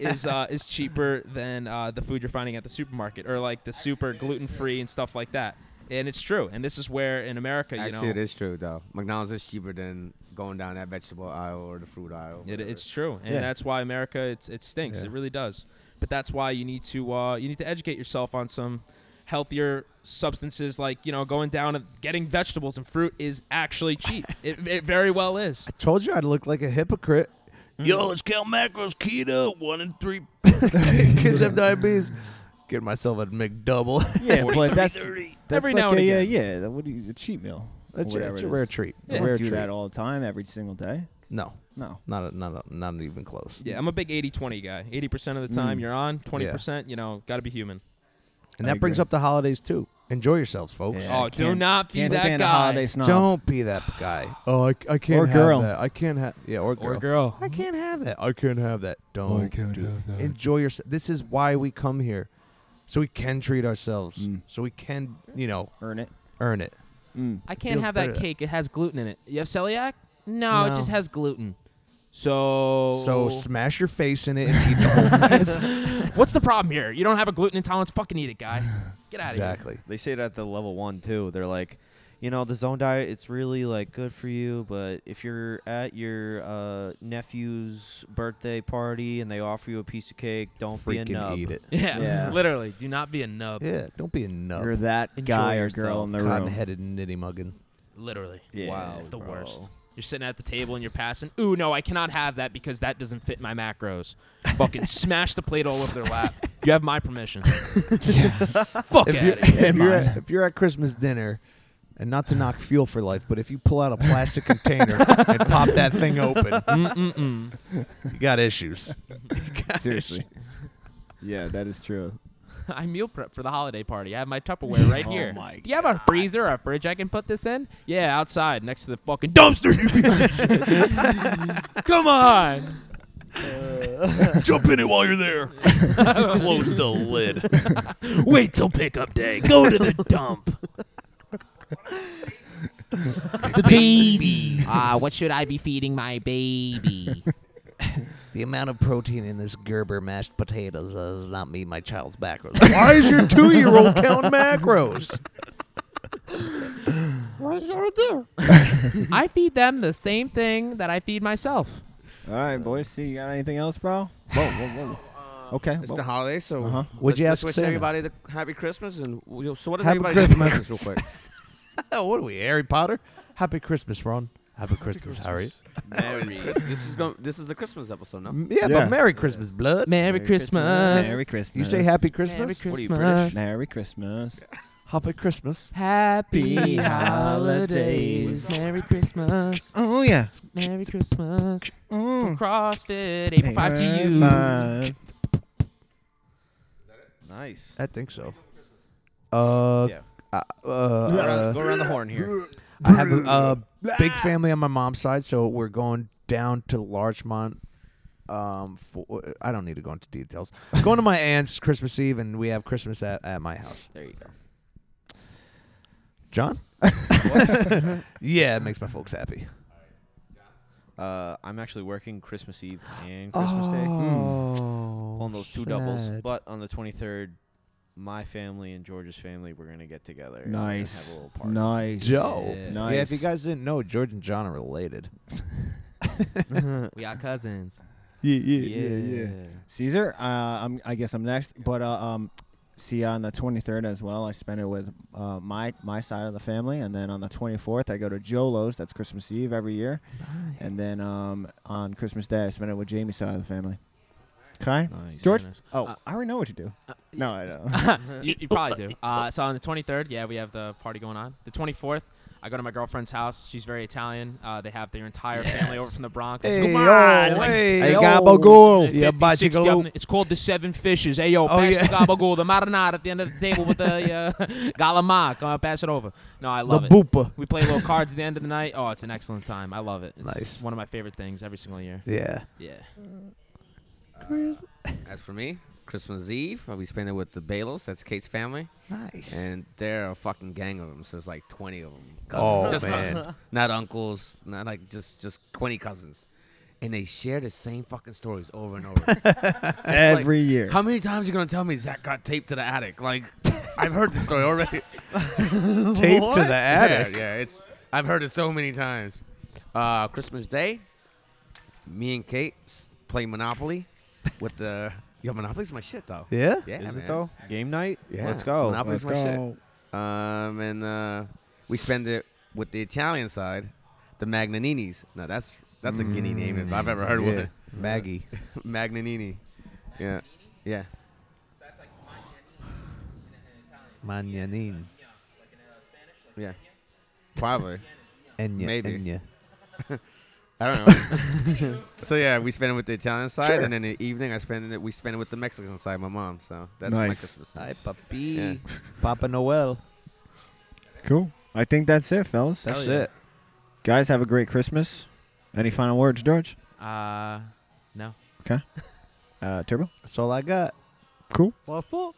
is uh, is cheaper than uh, the food you're finding at the supermarket or like the super gluten free and stuff like that. And it's true. And this is where in America, you
Actually, it
know,
is true though. McDonald's is cheaper than going down that vegetable aisle or the fruit aisle.
it,
whatever.
it's true. And
Yeah.
that's why America it's it stinks. It really does. But that's why you need to uh, you need to educate yourself on some healthier substances like you know going down and getting vegetables and fruit is actually cheap. it, it very well is.
Told you I'd look like a hypocrite.
Mm-hmm.
Yo, it's Cal Macros Keto, one in three kids have diabetes. Get myself a McDouble.
Yeah, but that's, that's
Every
like
now and
a,
again.
Yeah, yeah. What do you, a cheat meal?
That's, a,
whatever
that's
it
a rare
is.
treat.
You
Yeah.
don't
rare
do
treat.
that all the time, every single day.
No,
No.
not a, not a, not even close.
Yeah, I'm a big 80-20 guy. 80% of the time
Mm.
you're on, 20%, you know, got to be human.
And
I
that brings
agree.
up the holidays too. Enjoy yourselves, folks.
Yeah,
oh, do
can't-
not be
Can't
that
stand a
guy.
holiday snob.
Don't be that guy. Oh, I, I can't
Or
have
girl.
that. I can't have yeah or girl.
Or girl.
I can't have that. I can't have that. Don't.
mm-hmm. can't
do it.
have that.
Enjoy yourself. This is why we come here, so we can treat ourselves.
Mm.
So we can you know
Earn it.
earn it.
Mm.
I can't
Feels
have
better.
that cake. It has gluten in it. You have celiac? No,
No.
it just has gluten.
So
So smash your face in it and eat the whole thing.
What's the problem here? You don't have a gluten intolerance? Fucking eat it, guy. Get out of
exactly.
They say it at the level one too. They're like, you know, the zone diet, it's really like good for you, but if you're at your uh, nephew's birthday party and they offer you a piece of cake, don't
Freaking
be a nub.
eat it.
here. Yeah.
Yeah.
Literally. Do not be a nub.
Yeah, don't be a nub.
You're that guy or girl
yourself.
in the room.
Cotton-headed nitty muggin.
Literally.
Yeah,
Wow, It's the
bro.
worst. You're sitting at the table and you're passing. Ooh, no, I cannot have that because that doesn't fit my macros. Fucking smash the plate all over their lap. You have my permission. Fuck outta
If you're,
here.
if, you're at, if you're at Christmas dinner, and not to knock fuel for life, but if you pull out a plastic container and pop that thing open,
Mm-mm-mm.
you got issues.
Seriously. yeah, that is true.
I meal prep for the holiday party. I have my Tupperware right
Oh
here.
my
Do you have a freezer or a fridge I can put this in? Yeah, outside next to the fucking dumpster. You piece of shit. Come on.
Jump in it while you're there. Close the lid.
Wait till pickup day. Go to the dump.
The baby.
Ah, what should I be feeding my baby?
The amount of protein in this Gerber mashed potatoes does not meet my child's macros. Why is your two-year-old counting macros?
What are you gonna do?
I feed them the same thing that I feed myself.
All
Uh,
right, boys. See, you got anything else, bro? Whoa, whoa, whoa. Okay.
It's
well,
the holiday, so
Uh-huh.
Would
let's-
you
let's
ask
wish
Santa?
everybody the happy Christmas and we'll- so what does
Happy
everybody do for
Christmas.
Christmas real quick?
Oh, what are we, Harry Potter? Happy Christmas, Ron. Happy, Christmas, Harry.
Merry. this is going this is the Christmas episode, no?
Yeah,
Yeah.
but Merry Christmas, blood.
Merry, Christmas.
Merry Christmas.
you say Happy Christmas?
Merry
What are you,
Christmas.
Merry Christmas.
Happy Christmas.
Happy
Happy
holidays.
holidays.
Merry Christmas.
Oh yeah.
Merry Christmas.
Hmm.
From CrossFit
Mm.
845 to you.
Bye.
Nice.
I think so. Uh,
Yeah.
uh, uh,
Go around,
uh,
go around the horn here.
I have a uh, big family on my mom's side, so we're going down to Larchmont. Um, for, I don't need to go into details. going to my aunt's Christmas Eve, and we have Christmas at, at my house.
There you go.
John? yeah, it makes my folks happy.
Uh, I'm actually working Christmas Eve and Christmas Day.
Oh,
Pulling those two doubles.
sad.
But on the 23rd, my family and George's family were gonna get together. and
Nice.
Have a little party.
Nice.
Joe.
Yeah.
Nice.
Yeah, if you guys didn't know, George and John are related.
We are cousins.
Yeah,
Yeah.
Caesar, uh, I'm, I guess I'm next. But uh, um, see, on the 23rd as well, I spend it with uh, my my side of the family, and then on the 24th, I go to Jolo's. That's Christmas Eve every year, and then um, on Christmas Day, I spend it with Jamie's side of the family. Okay,
Nice.
George.
Nice.
Oh,
Uh,
I already know what you do. no, I don't.
you, you probably do. Uh, so on the 23rd, yeah, we have the party going on. The 24th, I go to my girlfriend's house. She's very Italian. Uh, they have their entire family over from the Bronx.
Hey,
on,
yo,
like,
hey,
Hey,
yo.
gabagool.
Yeah,
50,
bye,
60
Chicolo.
up in- It's called the Seven Fishes. Hey, yo,
Oh,
pass
yeah.
the gabagool, the marinara at the end of the table with the uh, galamak. Uh, pass it over. No, I
The
love it.
boopa.
We play little cards at the end of the night. Oh, it's an excellent time. I love it. It's
Nice.
one of my favorite things every single year.
Yeah.
Yeah.
As for me, Christmas Eve, I'll be spending with the Balos. That's Kate's family.
Nice.
And they're a fucking gang of them. So it's like 20 of them.
Oh,
just
man.
Cousins. Not uncles. Not like just, just 20 cousins. And they share the same fucking stories over and over.
Every year.
How many times you gonna tell me Zach got taped to the attic? Like, I've heard the story already.
Taped to the
Yeah,
attic.
Yeah, it's. I've heard it so many times. Uh, Christmas Day, me and Kate s- play Monopoly with the. Yo, Monopoly's my shit though.
Yeah?
Yeah,
Is
man.
it though? Game night.
Yeah.
Let's go.
Monopoly's my shit. Um, and uh, we spend it with the Italian side, the Magnaninis. Now that's that's a guinea name if I've ever
Mm,
heard
Mm, Yeah.
one.
Maggie.
Magnanini. Yeah. Yeah.
Manyanin.
Yeah. Probably.
Enya.
Maybe.
Enya.
I don't know. so yeah, we spend it with the Italian side, and then the evening I spend it. We spend it with the Mexican side, my mom. So that's my
Nice.
Christmas.
Hi, papi.
Yeah.
Papa Noel.
Cool. I think that's it, fellas.
That's
yeah.
it.
Guys, have a great Christmas. Any final words, George?
Uh, no.
Uh, Turbo.
That's all I got.
Cool.
Waffle.